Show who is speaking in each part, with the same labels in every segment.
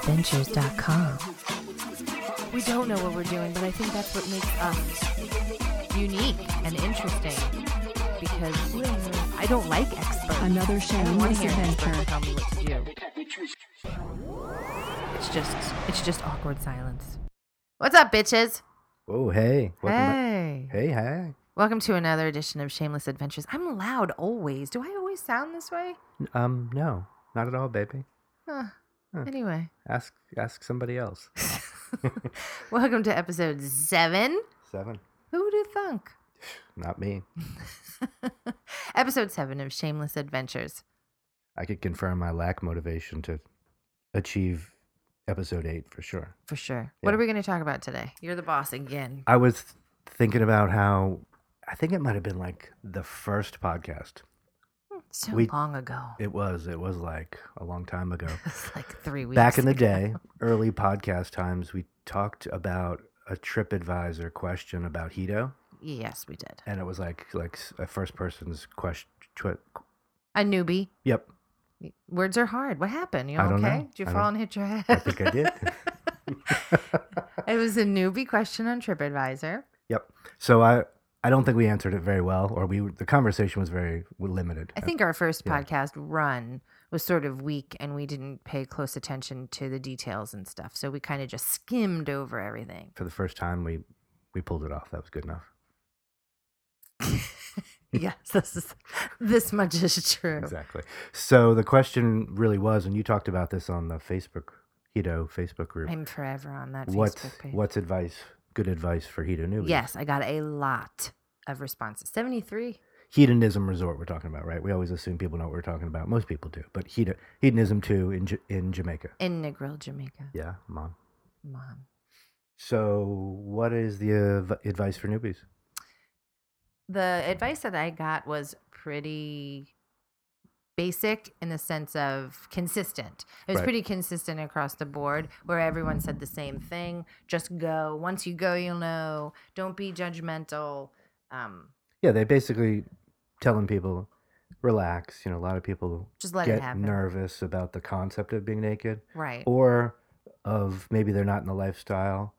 Speaker 1: shamelessadventures.com. We don't know what we're doing, but I think that's what makes us unique and interesting. Because I don't like experts.
Speaker 2: Another
Speaker 1: I don't want
Speaker 2: shameless
Speaker 1: to hear an expert
Speaker 2: adventure.
Speaker 1: tell me what to do. It's just, it's just awkward silence. What's up, bitches?
Speaker 3: Oh, hey. Welcome
Speaker 1: hey.
Speaker 3: back. Hey, hey.
Speaker 1: Welcome to another edition of Shameless Adventures. I'm loud always. Do I always sound this way?
Speaker 3: N- Um, no, not at all, baby.
Speaker 1: Huh.
Speaker 3: Huh.
Speaker 1: Anyway.
Speaker 3: Ask ask somebody else.
Speaker 1: Welcome to episode seven.
Speaker 3: Seven.
Speaker 1: Who'd have thunk?
Speaker 3: Not me.
Speaker 1: episode seven of Shameless Adventures.
Speaker 3: I could confirm my lack motivation to achieve episode eight for sure.
Speaker 1: For sure. What
Speaker 3: Yeah.
Speaker 1: are we going to talk about today? You're the boss again.
Speaker 3: I was thinking about how I think it might have been like the first podcast.
Speaker 1: So
Speaker 3: We-
Speaker 1: long ago.
Speaker 3: It was. It was like a long time ago.
Speaker 1: It's like three weeks.
Speaker 3: Back in the day, early podcast times, we talked about a TripAdvisor question about Hito,
Speaker 1: Yes, we did.
Speaker 3: and it was like like s- a first person's question.
Speaker 1: A newbie.
Speaker 3: Yep,
Speaker 1: Words are hard. What happened? You okay?
Speaker 3: I don't know.
Speaker 1: Did you
Speaker 3: I
Speaker 1: fall
Speaker 3: don't-
Speaker 1: and hit your head?
Speaker 3: I think I did.
Speaker 1: it was a newbie question on TripAdvisor.
Speaker 3: yep. So I I don't think we answered it very well, or we the conversation was very limited.
Speaker 1: I think our first
Speaker 3: yeah.
Speaker 1: podcast run was sort of weak and we didn't pay close attention to the details and stuff. So we kind of just skimmed over everything.
Speaker 3: for the first time we we pulled it off. That was good enough.
Speaker 1: yes, this is this much is true.
Speaker 3: Exactly. So the question really was, and you talked about this on the Facebook Hito Facebook group.
Speaker 1: I'm forever on that
Speaker 3: What's
Speaker 1: Facebook page.
Speaker 3: what's advice? Good advice for Hito newbies.
Speaker 1: Yes, I got a lot of responses. 73.
Speaker 3: Hedonism resort. We're talking about, right? We always assume people know what we're talking about. Most people do, but Hito, hedonism too in Ja- in Jamaica.
Speaker 1: in Negril, Jamaica.
Speaker 3: Yeah, mom.
Speaker 1: Mom.
Speaker 3: So what is the adv advice for newbies?
Speaker 1: The advice that I got was pretty basic in the sense of consistent. It was
Speaker 3: Right.
Speaker 1: pretty consistent across the board where everyone said the same thing. Just go. Once you go, you'll know. Don't be judgmental. Um,
Speaker 3: Yeah, they basically telling people relax. You know, a lot of people
Speaker 1: just let it
Speaker 3: get
Speaker 1: happen.
Speaker 3: nervous about the concept of being naked,
Speaker 1: right.
Speaker 3: or of maybe they're not in the lifestyle,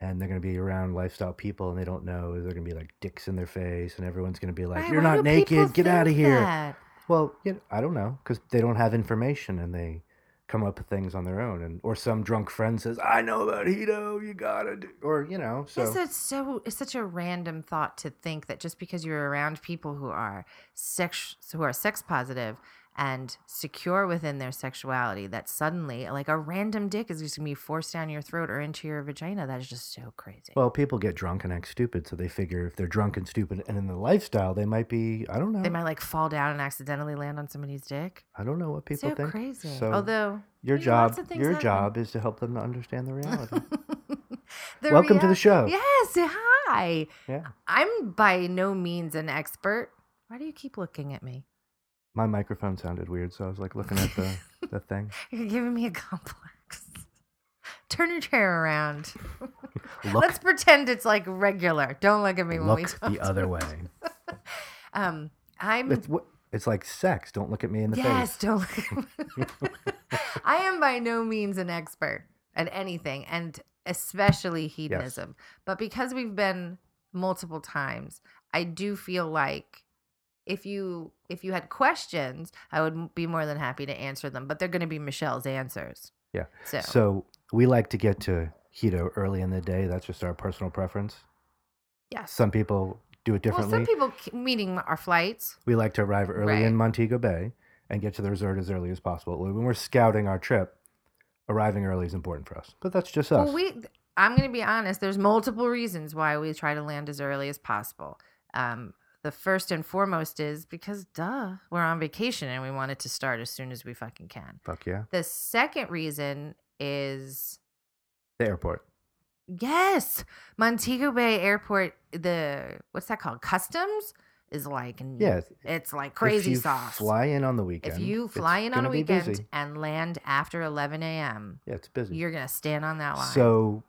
Speaker 3: and they're going to be around lifestyle people, and they don't know they're going to be like dicks in their face, and everyone's going to be like,
Speaker 1: Right,
Speaker 3: "You're
Speaker 1: why do
Speaker 3: not
Speaker 1: people
Speaker 3: naked, get out of
Speaker 1: think
Speaker 3: here."
Speaker 1: that?
Speaker 3: Well, you know, I don't know because they don't have information and they come up with things on their own, and or some drunk friend says, "I know about Hito, you gotta," do, or you know, so.
Speaker 1: Yes, it's so it's such a random thought to think that just because you're around people who are sex who are sex positive and secure within their sexuality, that suddenly like a random dick is just gonna be forced down your throat or into your vagina. That is just so crazy.
Speaker 3: Well, people get drunk and act stupid, so they figure if they're drunk and stupid and in the lifestyle, they might be. I don't know.
Speaker 1: they might like fall down and accidentally land on somebody's dick.
Speaker 3: I don't know what people
Speaker 1: so
Speaker 3: think.
Speaker 1: crazy.
Speaker 3: So
Speaker 1: Although
Speaker 3: your
Speaker 1: you know, lots
Speaker 3: job,
Speaker 1: of things
Speaker 3: your
Speaker 1: happen.
Speaker 3: job is to help them to understand the reality.
Speaker 1: The
Speaker 3: Welcome to the
Speaker 1: real-
Speaker 3: show.
Speaker 1: Yes, hi.
Speaker 3: yeah,
Speaker 1: I'm by no means an expert. Why do you keep looking at me?
Speaker 3: my microphone sounded weird, so I was like looking at the the thing.
Speaker 1: You're giving me a complex. Turn your chair around.
Speaker 3: Look,
Speaker 1: Let's pretend it's like regular. Don't look at me when we
Speaker 3: look
Speaker 1: talk.
Speaker 3: the other way.
Speaker 1: Um, I'm
Speaker 3: It's what. It's like sex. Don't look at me in the
Speaker 1: yes.
Speaker 3: face.
Speaker 1: Don't look. at me. I am by no means an expert at anything, and especially hedonism. But because we've been multiple times, I do feel like if you if you had questions, I would be more than happy to answer them. But they're going to be Michelle's answers.
Speaker 3: Yeah.
Speaker 1: So,
Speaker 3: So we like to get to Hito early in the day. That's just our personal preference.
Speaker 1: yes.
Speaker 3: Some people do it differently.
Speaker 1: Well, some people c- meeting our flights.
Speaker 3: we like to arrive early
Speaker 1: Right.
Speaker 3: in Montego Bay and get to the resort as early as possible. When we're scouting our trip, arriving early is important for us. But that's just us.
Speaker 1: Well, we. I'm going to be honest. There's multiple reasons why we try to land as early as possible. Um, the first and foremost is because, duh, we're on vacation and we want it to start as soon as we fucking can.
Speaker 3: Fuck yeah.
Speaker 1: The second reason is
Speaker 3: The airport.
Speaker 1: yes, Montego Bay Airport. The what's that called? Customs is like n-
Speaker 3: Yeah. if-
Speaker 1: it's like Mm. crazy
Speaker 3: if you
Speaker 1: sauce.
Speaker 3: Fly in on the weekend.
Speaker 1: if you
Speaker 3: it's
Speaker 1: fly in on
Speaker 3: gonna
Speaker 1: a
Speaker 3: be
Speaker 1: weekend
Speaker 3: busy.
Speaker 1: and land after 11 a.m.,
Speaker 3: Yeah, it's busy.
Speaker 1: you're gonna stand on that line.
Speaker 3: so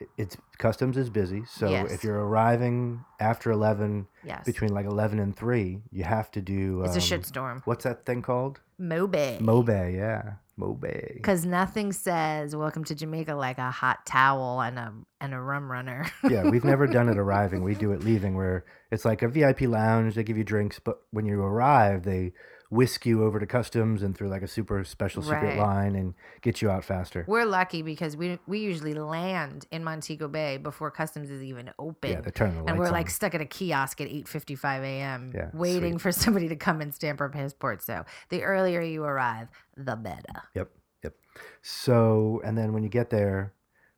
Speaker 3: i- it's customs is busy. So
Speaker 1: Yes.
Speaker 3: if you're arriving after 11,
Speaker 1: yes,
Speaker 3: between like 11 and 3, you have to do.
Speaker 1: it's a
Speaker 3: um,
Speaker 1: shitstorm.
Speaker 3: What's that thing called?
Speaker 1: Mobe.
Speaker 3: Mobe, yeah. Mobe.
Speaker 1: Because nothing says "Welcome to Jamaica" like a hot towel and a and a rum runner.
Speaker 3: yeah, we've never done it arriving. We do it leaving, where it's like a VIP lounge. They give you drinks, but when you arrive, they whisk you over to customs and through like a super special secret
Speaker 1: Right.
Speaker 3: line and get you out faster.
Speaker 1: We're lucky because we we usually land in Montego Bay before customs is even open.
Speaker 3: Yeah, they're turning the lights
Speaker 1: and we're
Speaker 3: on.
Speaker 1: like stuck at a kiosk at 8:55 a.m.
Speaker 3: Yeah,
Speaker 1: waiting for somebody to come and stamp our passport. So the earlier you arrive, the better.
Speaker 3: Yep, yep. So, and then when you get there,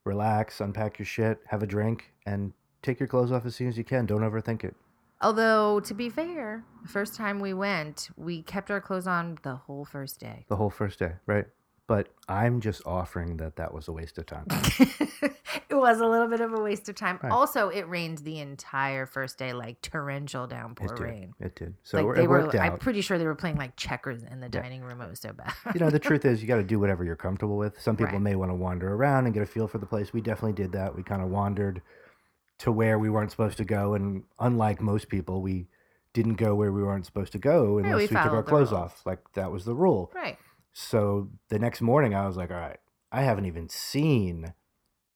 Speaker 3: relax, unpack your shit, have a drink, and take your clothes off as soon as you can. Don't overthink it.
Speaker 1: Although to be fair, the first time we went, we kept our clothes on the whole first day.
Speaker 3: The whole first day, right? But I'm just offering that that was a waste of time.
Speaker 1: it was a little bit of a waste of time.
Speaker 3: Right.
Speaker 1: Also, it rained the entire first day, like torrential downpour
Speaker 3: It did.
Speaker 1: rain.
Speaker 3: It did. So
Speaker 1: like
Speaker 3: it
Speaker 1: they
Speaker 3: worked
Speaker 1: were, I'm
Speaker 3: out.
Speaker 1: pretty sure they were playing like checkers in the dining room. It was so bad.
Speaker 3: you know, the truth is, you got to do whatever you're comfortable with. Some people
Speaker 1: Right.
Speaker 3: may want to wander around and get a feel for the place. We definitely did that. We kind of wandered to where we weren't supposed to go, and unlike most people, we didn't go where we weren't supposed to go unless
Speaker 1: we
Speaker 3: we, took our
Speaker 1: followed the
Speaker 3: clothes
Speaker 1: rules.
Speaker 3: off. Like that was the rule.
Speaker 1: right.
Speaker 3: So the next morning, I was like, all right, I haven't even seen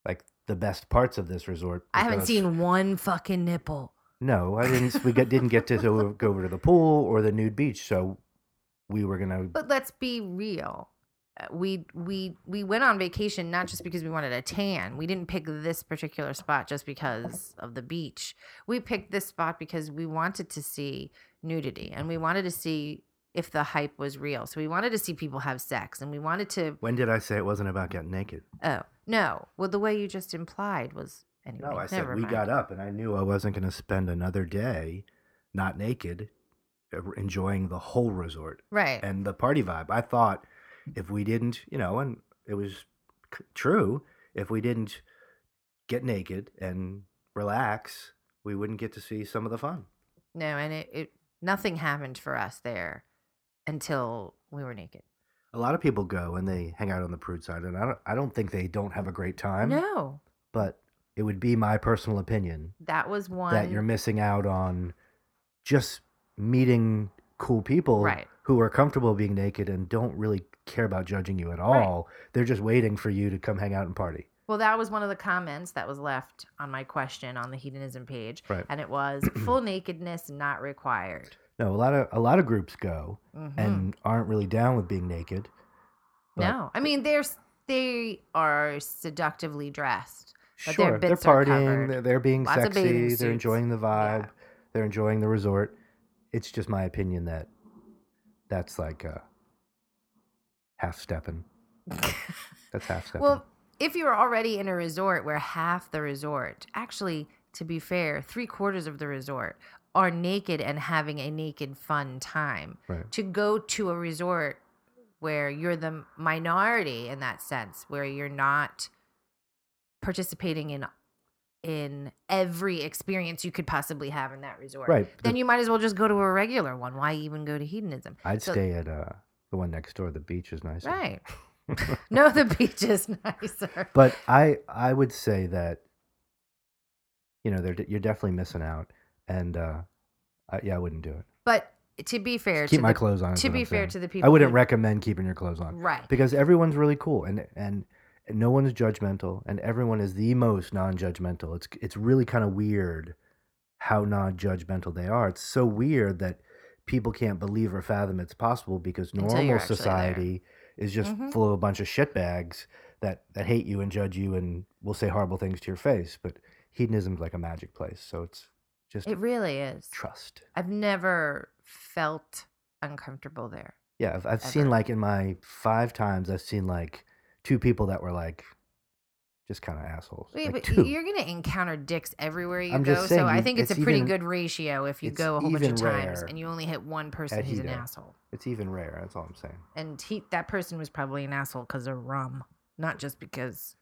Speaker 3: like the best parts of this resort.
Speaker 1: I haven't
Speaker 3: because-
Speaker 1: seen one fucking nipple.
Speaker 3: No, I didn't. we get, didn't get to go go over to the pool or the nude beach, so we were gonna.
Speaker 1: But let's be real. Uh, We we we went on vacation not just because we wanted a tan. We didn't pick this particular spot just because of the beach. We picked this spot because we wanted to see nudity and we wanted to see if the hype was real. So we wanted to see people have sex and we wanted to
Speaker 3: When did I say it wasn't about getting naked?
Speaker 1: oh no. Well the way you just implied was anyway.
Speaker 3: No, I said
Speaker 1: never
Speaker 3: we
Speaker 1: mind.
Speaker 3: got up, and I knew I wasn't going to spend another day not naked, uh, enjoying the whole resort
Speaker 1: Right.
Speaker 3: and the party vibe. I thought if we didn't, you know, and it was c- true, if we didn't get naked and relax, we wouldn't get to see some of the fun.
Speaker 1: no, and it, it nothing happened for us there until we were naked.
Speaker 3: A lot of people go and they hang out on the prude side, and I don't, I don't think they don't have a great time.
Speaker 1: no.
Speaker 3: But it would be my personal opinion
Speaker 1: That was one
Speaker 3: that you're missing out on just meeting cool people
Speaker 1: Right.
Speaker 3: who are comfortable being naked and don't really care about judging you at all. They're just waiting for you to come hang out and party.
Speaker 1: Well, that was one of the comments that was left on my question on the hedonism page,
Speaker 3: Right.
Speaker 1: and it was full nakedness not required.
Speaker 3: No, a lot of a lot of groups go
Speaker 1: Mhm.
Speaker 3: and aren't really down with being naked. but-
Speaker 1: no, I mean they're s- they are seductively dressed. But their
Speaker 3: sure, they're
Speaker 1: bits are
Speaker 3: partying,
Speaker 1: covered.
Speaker 3: they're, they're being
Speaker 1: Lots of bathing
Speaker 3: sexy, they're
Speaker 1: suits.
Speaker 3: enjoying the vibe,
Speaker 1: Yeah.
Speaker 3: they're enjoying the resort. It's just my opinion that that's like uh half stepping. that's half stepping.
Speaker 1: Well, if you're already in a resort where half the resort, actually, to be fair, three quarters of the resort are naked and having a naked fun time,
Speaker 3: Right.
Speaker 1: to go to a resort where you're the minority in that sense, where you're not participating in in every experience you could possibly have in that resort.
Speaker 3: right. the-
Speaker 1: Then you might as well just go to a regular one. Why even go to hedonism?
Speaker 3: I'd
Speaker 1: So-
Speaker 3: stay at uh, the one next door. The beach is nicer.
Speaker 1: Right. no, the beach is nicer.
Speaker 3: But I I would say that you know they're, you're definitely missing out, and uh, I, yeah, I wouldn't do it.
Speaker 1: But to be fair,
Speaker 3: Keep
Speaker 1: to
Speaker 3: my
Speaker 1: the,
Speaker 3: clothes on. is
Speaker 1: to
Speaker 3: what
Speaker 1: be
Speaker 3: I'm
Speaker 1: fair
Speaker 3: saying.
Speaker 1: to the
Speaker 3: I
Speaker 1: people,
Speaker 3: wouldn't
Speaker 1: who-
Speaker 3: recommend keeping your clothes on
Speaker 1: Right.
Speaker 3: because everyone's really cool and and no one's judgmental and everyone is the most non-judgmental. It's it's really kind of weird how non-judgmental they are. It's so weird that people can't believe or fathom it's possible because
Speaker 1: Until you're
Speaker 3: normal
Speaker 1: actually there.
Speaker 3: society is just
Speaker 1: Mhm.
Speaker 3: full of a bunch of shitbags that that hate you and judge you and will say horrible things to your face. But hedonism's like a magic place, so it's just
Speaker 1: It really is.
Speaker 3: trust.
Speaker 1: I've never felt uncomfortable there.
Speaker 3: Yeah, I've, I've seen
Speaker 1: ever.
Speaker 3: like in my five times, I've seen like two people that were like just kind of assholes.
Speaker 1: Wait, but
Speaker 3: Like, two.
Speaker 1: you're going to encounter dicks everywhere you
Speaker 3: I'm
Speaker 1: go.
Speaker 3: just
Speaker 1: so
Speaker 3: saying,
Speaker 1: I
Speaker 3: you-
Speaker 1: think it's,
Speaker 3: it's
Speaker 1: a pretty
Speaker 3: even-
Speaker 1: good ratio if you
Speaker 3: it's
Speaker 1: go a whole bunch of
Speaker 3: even
Speaker 1: times
Speaker 3: rare
Speaker 1: and you only hit one person
Speaker 3: at
Speaker 1: who's an
Speaker 3: Hedo.
Speaker 1: asshole.
Speaker 3: It's even rare. That's all I'm saying.
Speaker 1: And he, that person was probably an asshole because of rum, not just because.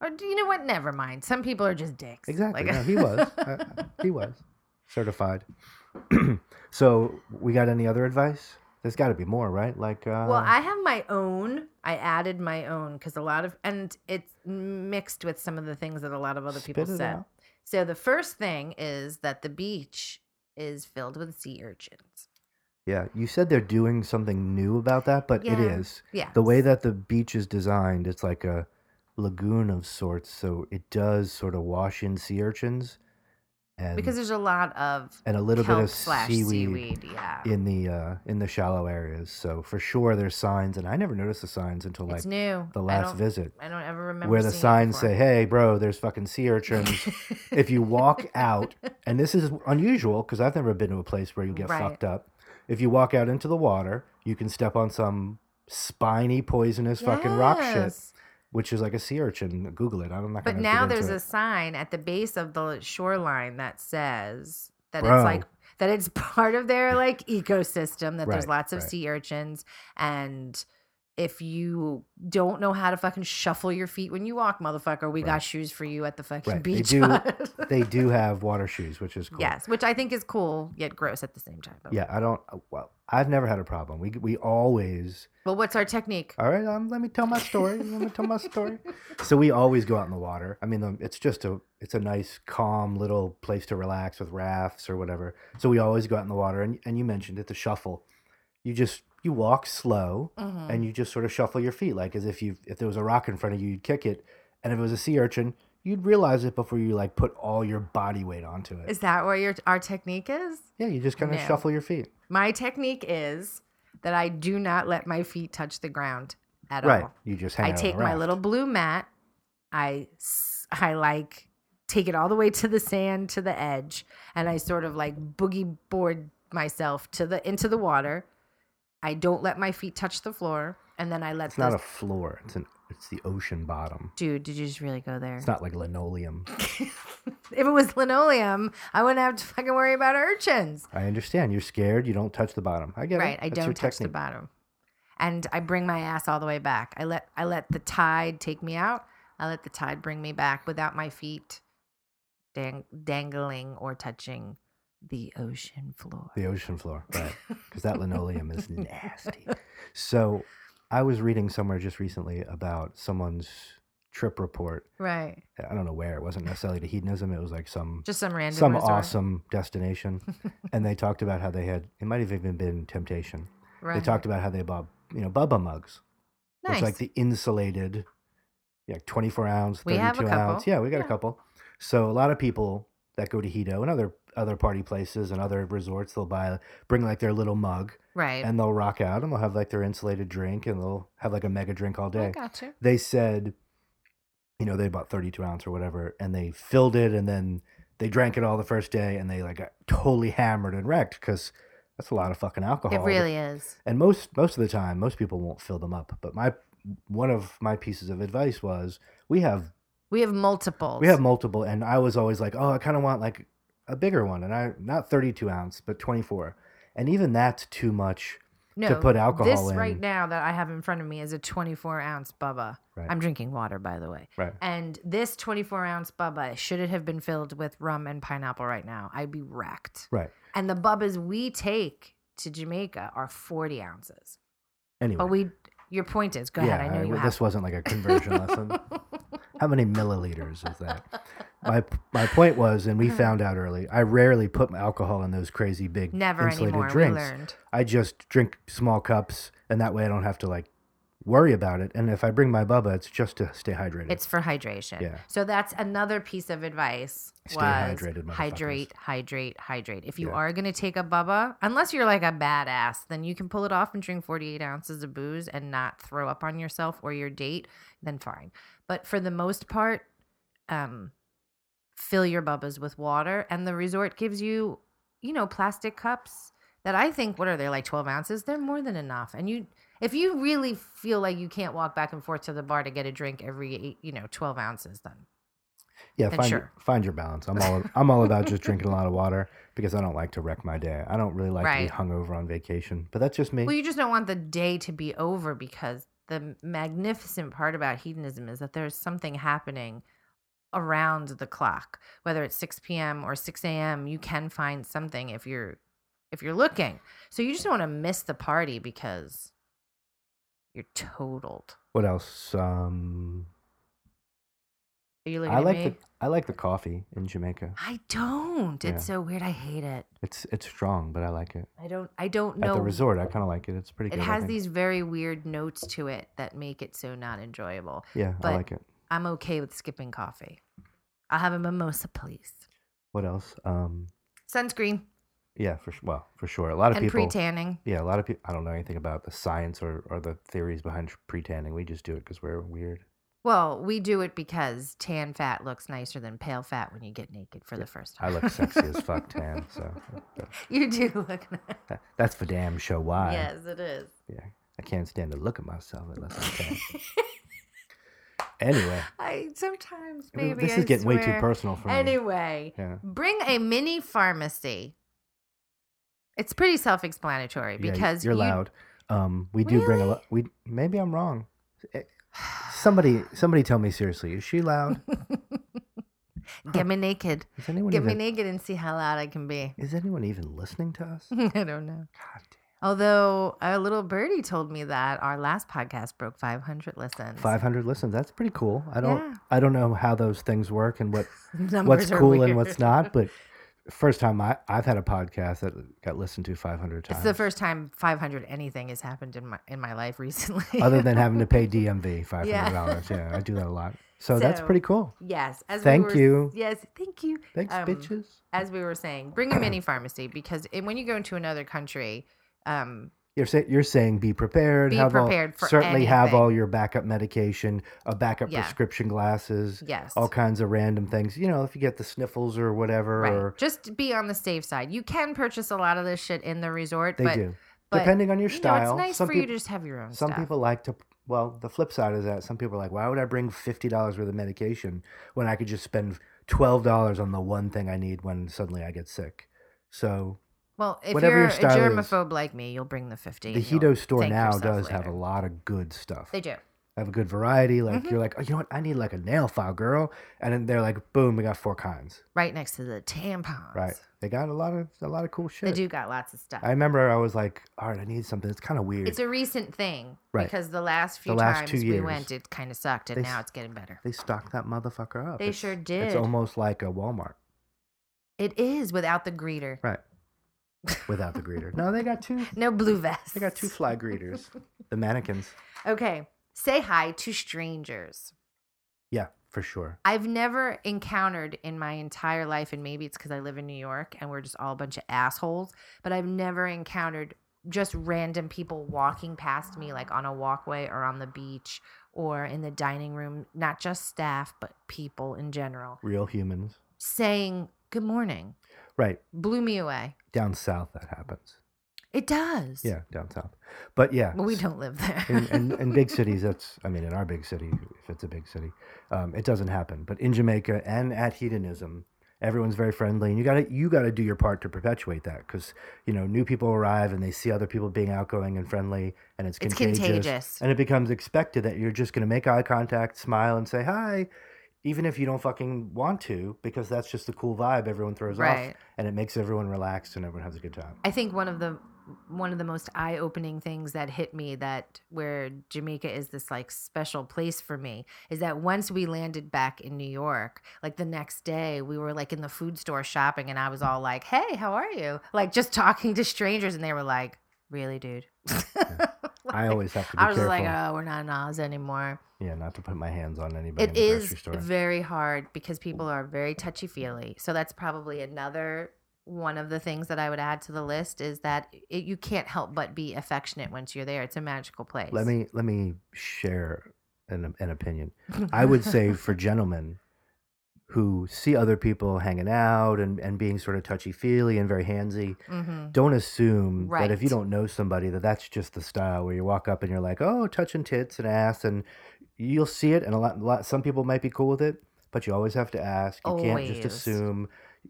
Speaker 1: Or do you know what? Never mind. Some people are just dicks.
Speaker 3: Exactly.
Speaker 1: Like-
Speaker 3: no, he was. Uh, he was certified. so, we got any other advice? There's got to be more, right? Like, uh,
Speaker 1: Well, I have my own. I added my own because a lot of, and it's mixed with some of the things that a lot of other people
Speaker 3: Spit it
Speaker 1: said.
Speaker 3: out.
Speaker 1: So the first thing is that the beach is filled with sea urchins.
Speaker 3: Yeah, you said they're doing something new about that, but it
Speaker 1: Yeah.
Speaker 3: is.
Speaker 1: Yeah.
Speaker 3: The way that the beach is designed, it's like a lagoon of sorts, so it does sort of wash in sea urchins and
Speaker 1: because there's a lot of
Speaker 3: and a little bit
Speaker 1: kelp
Speaker 3: of
Speaker 1: slash
Speaker 3: seaweed,
Speaker 1: Yeah.
Speaker 3: in the uh in the shallow areas. So for sure there's signs and I never noticed the signs until like
Speaker 1: it's new.
Speaker 3: the
Speaker 1: I
Speaker 3: last
Speaker 1: don't,
Speaker 3: visit
Speaker 1: I don't ever remember
Speaker 3: where the
Speaker 1: seeing it
Speaker 3: signs
Speaker 1: before.
Speaker 3: say, "Hey bro, there's fucking sea urchins." if you walk out, and this is unusual because I've never been to a place where you get
Speaker 1: Right.
Speaker 3: fucked up. If you walk out into the water, you can step on some spiny, poisonous fucking rock shit,
Speaker 1: Yes.
Speaker 3: which is like a sea urchin. Google it. I'm not.
Speaker 1: But
Speaker 3: gonna
Speaker 1: now
Speaker 3: get into
Speaker 1: there's
Speaker 3: it.
Speaker 1: a sign at the base of the shoreline that says that
Speaker 3: Bro.
Speaker 1: it's like that it's part of their like ecosystem that there's
Speaker 3: Right,
Speaker 1: lots of
Speaker 3: right.
Speaker 1: sea urchins and if you don't know how to fucking shuffle your feet when you walk, motherfucker, we got
Speaker 3: Right.
Speaker 1: shoes for you at the fucking
Speaker 3: Right, they
Speaker 1: beach.
Speaker 3: do-
Speaker 1: hut.
Speaker 3: They do have water shoes, which is cool.
Speaker 1: Yes, which I think is cool yet gross at the same time. But
Speaker 3: Yeah, I don't. uh, Well, I've never had a problem. We we always.
Speaker 1: Well, what's our technique?
Speaker 3: All right, um, let me tell my story. Let me tell my story. So we always go out in the water. I mean, um, it's just a it's a nice, calm little place to relax with rafts or whatever. So we always go out in the water, and and you mentioned it, the shuffle. You just you walk slow,
Speaker 1: Mhm.
Speaker 3: and you just sort of shuffle your feet, like as if you if there was a rock in front of you, you'd kick it, and if it was a sea urchin, you'd realize it before you like put all your body weight onto it.
Speaker 1: Is that where your our technique is?
Speaker 3: yeah, you just kind of
Speaker 1: No.
Speaker 3: shuffle your feet.
Speaker 1: My technique is that I do not let my feet touch the ground at
Speaker 3: Right,
Speaker 1: all.
Speaker 3: you just hang.
Speaker 1: I
Speaker 3: out on
Speaker 1: take
Speaker 3: the
Speaker 1: my
Speaker 3: raft.
Speaker 1: little blue mat. I s- I like take it all the way to the sand to the edge, and I sort of like boogie board myself to the into the water. I don't let my feet touch the floor, and then I let
Speaker 3: It's
Speaker 1: the
Speaker 3: not a floor. It's an it's the ocean bottom.
Speaker 1: dude. Did you just really go there?
Speaker 3: It's not like linoleum.
Speaker 1: if it was linoleum, I wouldn't have to fucking worry about urchins.
Speaker 3: I understand. You're scared. You don't touch the bottom. I get it.
Speaker 1: Right. I
Speaker 3: That's your
Speaker 1: don't touch the
Speaker 3: technique.
Speaker 1: bottom. And I bring my ass all the way back. I let I let the tide take me out. I let the tide bring me back without my feet dang, dangling or touching the ocean floor.
Speaker 3: The ocean floor, right? Because that linoleum is nasty. So, I was reading somewhere just recently about someone's trip report.
Speaker 1: Right.
Speaker 3: I don't know where. It wasn't necessarily to hedonism. It was like some
Speaker 1: Just some random
Speaker 3: some
Speaker 1: resort.
Speaker 3: awesome destination, and they talked about how they had. It might have even been temptation.
Speaker 1: Right.
Speaker 3: They talked about how they bought you know bubba mugs.
Speaker 1: nice.
Speaker 3: It's like the insulated, yeah, 24 ounce,
Speaker 1: We
Speaker 3: 32
Speaker 1: have a couple.
Speaker 3: ounce. Yeah, we got a
Speaker 1: Yeah.
Speaker 3: couple. So a lot of people that go to Hito and other other party places and other resorts, they'll buy bring like their little mug
Speaker 1: right.
Speaker 3: and they'll rock out and they'll have like their insulated drink and they'll have like a mega drink all
Speaker 1: I
Speaker 3: day. Oh,
Speaker 1: got you.
Speaker 3: They said, you know, they bought 32 ounce or whatever and they filled it and then they drank it all the first day and they like got totally hammered and wrecked because that's a lot of fucking alcohol.
Speaker 1: It really is.
Speaker 3: And most most of the time, most people won't fill them up. But my one of my pieces of advice was we have
Speaker 1: We have multiples.
Speaker 3: we have multiple, and I was always like, oh, I kind of want like a bigger one, and I not thirty two ounce, but twenty four, and even that's too much.
Speaker 1: no,
Speaker 3: put alcohol
Speaker 1: This
Speaker 3: in.
Speaker 1: right now that I have in front of me is a 24 ounce bubba.
Speaker 3: Right.
Speaker 1: I'm drinking water, by the way.
Speaker 3: Right.
Speaker 1: And this 24 ounce bubba, should it have been filled with rum and pineapple right now, I'd be wrecked.
Speaker 3: Right.
Speaker 1: And the bubbas we take to Jamaica are 40 ounces.
Speaker 3: Anyway.
Speaker 1: But we, your point is, Oh, go
Speaker 3: yeah,
Speaker 1: ahead. I know you
Speaker 3: I-
Speaker 1: have.
Speaker 3: this wasn't like a conversion lesson. How many milliliters is that? My my point was, and we found out early. I rarely put alcohol in those crazy big
Speaker 1: Never
Speaker 3: insulated
Speaker 1: anymore.
Speaker 3: drinks.
Speaker 1: We learned.
Speaker 3: I just drink small cups, and that way I don't have to like worry about it. And if I bring my bubba, it's just to stay hydrated.
Speaker 1: It's for hydration.
Speaker 3: Yeah.
Speaker 1: So that's another piece of advice.
Speaker 3: Stay
Speaker 1: was
Speaker 3: hydrated, motherfuckers.
Speaker 1: Hydrate, hydrate, hydrate. If you
Speaker 3: Yeah.
Speaker 1: are going to take a bubba, unless you're like a badass, then you can pull it off and drink 48 ounces of booze and not throw up on yourself or your date, then fine. But for the most part, um, fill your bubbas with water. And the resort gives you, you know, plastic cups that I think, what are they, like 12 ounces? They're more than enough. And you, if you really feel like you can't walk back and forth to the bar to get a drink every, eight, you know, 12 ounces, then
Speaker 3: yeah,
Speaker 1: then
Speaker 3: find
Speaker 1: sure.
Speaker 3: your, find your balance. I'm all I'm all about just drinking a lot of water because I don't like to wreck my day. I don't really like
Speaker 1: Right.
Speaker 3: to be hungover on vacation, but that's just me.
Speaker 1: Well, you just don't want the day to be over because the magnificent part about hedonism is that there's something happening around the clock, whether it's 6 p.m. or 6 a.m. You can find something if you're if you're looking. So you just don't want to miss the party because you're totaled.
Speaker 3: what else? Um,
Speaker 1: Are you looking
Speaker 3: I
Speaker 1: at
Speaker 3: like
Speaker 1: me?
Speaker 3: the I like the coffee in Jamaica.
Speaker 1: I don't.
Speaker 3: Yeah.
Speaker 1: It's so weird. I hate it.
Speaker 3: It's it's strong, but I like it.
Speaker 1: I don't. I don't
Speaker 3: At
Speaker 1: know.
Speaker 3: the resort, I kind of like it. It's pretty
Speaker 1: it
Speaker 3: good. I
Speaker 1: has
Speaker 3: think.
Speaker 1: these very weird notes to it that make it so not enjoyable.
Speaker 3: Yeah,
Speaker 1: but-
Speaker 3: I like it.
Speaker 1: I'm okay with skipping coffee. I'll have a mimosa, please.
Speaker 3: What else? Um,
Speaker 1: Sunscreen
Speaker 3: yeah, for su- well, for sure. A lot of
Speaker 1: and
Speaker 3: people.
Speaker 1: pre tanning.
Speaker 3: Yeah, a lot of people. I don't know anything about the science or, or the theories behind pre tanning. We just do it because we're weird.
Speaker 1: Well, we do it because tan fat looks nicer than pale fat when you get naked for the first
Speaker 3: I
Speaker 1: time.
Speaker 3: look sexy as fuck tan, so
Speaker 1: you do look nice.
Speaker 3: that- that's for damn sure why.
Speaker 1: Yes, it is.
Speaker 3: Yeah, I can't stand to look at myself unless I'm tan. anyway,
Speaker 1: I sometimes
Speaker 3: th-
Speaker 1: maybe
Speaker 3: this
Speaker 1: I
Speaker 3: is getting way too
Speaker 1: swear.
Speaker 3: personal for me.
Speaker 1: Anyway,
Speaker 3: Yeah.
Speaker 1: bring a mini pharmacy. It's pretty self-explanatory
Speaker 3: Yeah, y-
Speaker 1: because
Speaker 3: you're
Speaker 1: you-
Speaker 3: loud. Um, we do bring a lot. We maybe I'm wrong. Eh, Somebody, somebody, tell me seriously. Is she loud?
Speaker 1: Get me naked.
Speaker 3: Is anyone
Speaker 1: Get me
Speaker 3: even?
Speaker 1: naked and see how loud I can be.
Speaker 3: is anyone even listening to us? God
Speaker 1: I don't know.
Speaker 3: damn.
Speaker 1: Although a little birdie told me that our last podcast broke 500 listens.
Speaker 3: Five hundred listens. That's pretty cool. I don't.
Speaker 1: Yeah.
Speaker 3: I don't know how those things work and what
Speaker 1: Numbers
Speaker 3: what's
Speaker 1: are
Speaker 3: cool and what's
Speaker 1: weird.
Speaker 3: not. But first time I I've had a podcast that got listened to five hundred times.
Speaker 1: It's the first time 500 anything has happened in my in my life recently.
Speaker 3: Other than having to pay DMV five
Speaker 1: Yeah.
Speaker 3: hundred dollars. Yeah. I do that a lot. So, that's
Speaker 1: So-
Speaker 3: pretty cool.
Speaker 1: yes, as
Speaker 3: Thank
Speaker 1: we were,
Speaker 3: you.
Speaker 1: Yes, thank you.
Speaker 3: Thanks,
Speaker 1: Um,
Speaker 3: bitches.
Speaker 1: As we were saying, bring a mini pharmacy because it, when you go into another country, um,
Speaker 3: You're, say, you're saying be prepared.
Speaker 1: Be
Speaker 3: have
Speaker 1: prepared
Speaker 3: all,
Speaker 1: for
Speaker 3: certainly have
Speaker 1: anything.
Speaker 3: all your backup medication, a backup
Speaker 1: Yeah.
Speaker 3: prescription glasses,
Speaker 1: yes,
Speaker 3: all kinds of random things. You know, if you get the sniffles or whatever,
Speaker 1: right.
Speaker 3: or
Speaker 1: Just be on the safe side. You can purchase a lot of this shit in the resort,
Speaker 3: they
Speaker 1: but
Speaker 3: do
Speaker 1: but,
Speaker 3: depending on your
Speaker 1: you
Speaker 3: style.
Speaker 1: know, it's nice
Speaker 3: some
Speaker 1: for
Speaker 3: peop-
Speaker 1: you to just have your own
Speaker 3: some
Speaker 1: stuff.
Speaker 3: people like to. Well, the flip side is that some people are like, why would I bring fifty dollars worth of medication when I could just spend twelve dollars on the one thing I need when suddenly I get sick? So
Speaker 1: Well, if
Speaker 3: Whatever
Speaker 1: you're
Speaker 3: your
Speaker 1: a
Speaker 3: style is.
Speaker 1: germaphobe like me, you'll bring the 50.
Speaker 3: the
Speaker 1: and you'll
Speaker 3: Hedo store
Speaker 1: thank
Speaker 3: now
Speaker 1: yourself
Speaker 3: does have a
Speaker 1: later.
Speaker 3: lot of good stuff.
Speaker 1: They do.
Speaker 3: have a good variety. Like
Speaker 1: Mhm.
Speaker 3: you're like, oh, you know what? I need like a nail file, girl. And then they're like, boom, we got four kinds.
Speaker 1: Right next to the tampons.
Speaker 3: Right? They got a lot of a lot of cool shit.
Speaker 1: They do got lots of stuff.
Speaker 3: I remember I was like, all right, I need something. It's kind of weird.
Speaker 1: It's a recent thing.
Speaker 3: Right.
Speaker 1: Because the last few
Speaker 3: last two
Speaker 1: times we
Speaker 3: years.
Speaker 1: went, it kind of sucked, and
Speaker 3: They
Speaker 1: now
Speaker 3: s-
Speaker 1: it's getting better.
Speaker 3: they stocked that motherfucker up.
Speaker 1: They
Speaker 3: It's-
Speaker 1: sure
Speaker 3: It's
Speaker 1: did.
Speaker 3: almost like a Walmart,
Speaker 1: It is without the greeter.
Speaker 3: right? Without the greeter. No, they got two.
Speaker 1: No blue vest.
Speaker 3: They got two fly greeters. The mannequins.
Speaker 1: Okay. Say hi to strangers.
Speaker 3: Yeah, for sure.
Speaker 1: I've never encountered in my entire life, and maybe it's because I live in New York and we're just all a bunch of assholes, but I've never encountered just random people walking past me, like on a walkway or on the beach or in the dining room, not just staff, but people in general,
Speaker 3: Real humans.
Speaker 1: saying good morning.
Speaker 3: Right
Speaker 1: Blew me away.
Speaker 3: down south, that happens.
Speaker 1: It does.
Speaker 3: Yeah, down south. But yeah,
Speaker 1: But we
Speaker 3: so-
Speaker 1: don't live there.
Speaker 3: in, in, in big cities, that's, I mean, in our big city, if it's a big city, um, it doesn't happen. But in Jamaica and at hedonism, everyone's very friendly, and you got to you got to do your part to perpetuate that because you know new people arrive and they see other people being outgoing and friendly, and it's
Speaker 1: It's
Speaker 3: contagious,
Speaker 1: contagious.
Speaker 3: and it becomes expected that you're just going to make eye contact, smile, and say hi. Even if you don't fucking want to, because that's just the cool vibe everyone throws off,
Speaker 1: Right.
Speaker 3: and it makes everyone relaxed and everyone has a good time.
Speaker 1: I think one of the one of the most eye-opening things that hit me that where Jamaica is this like special place for me is that once we landed back in New York, like the next day we were like in the food store shopping and I was all like, "Hey, how are you?" Like just talking to strangers and they were like, "Really, dude?"
Speaker 3: I always have to be
Speaker 1: I was
Speaker 3: careful,
Speaker 1: like, "Oh, we're not in Oz anymore."
Speaker 3: yeah, not to put my hands on anybody. in
Speaker 1: It
Speaker 3: the
Speaker 1: is
Speaker 3: grocery store.
Speaker 1: very hard because people are very touchy feely. So that's probably another one of the things that I would add to the list is that it, you can't help but be affectionate once you're there. It's a magical place.
Speaker 3: Let me let me share an an opinion. I would say for gentlemen who see other people hanging out and, and being sort of touchy feely and very handsy,
Speaker 1: hmm
Speaker 3: don't assume that if you
Speaker 1: Right.
Speaker 3: don't know somebody that that's just the style where you walk up and you're like, oh, touching tits and ass, and you'll see it, and a lot, a lot some people might be cool with it, but you always have to ask. You can't just
Speaker 1: Always.
Speaker 3: assume.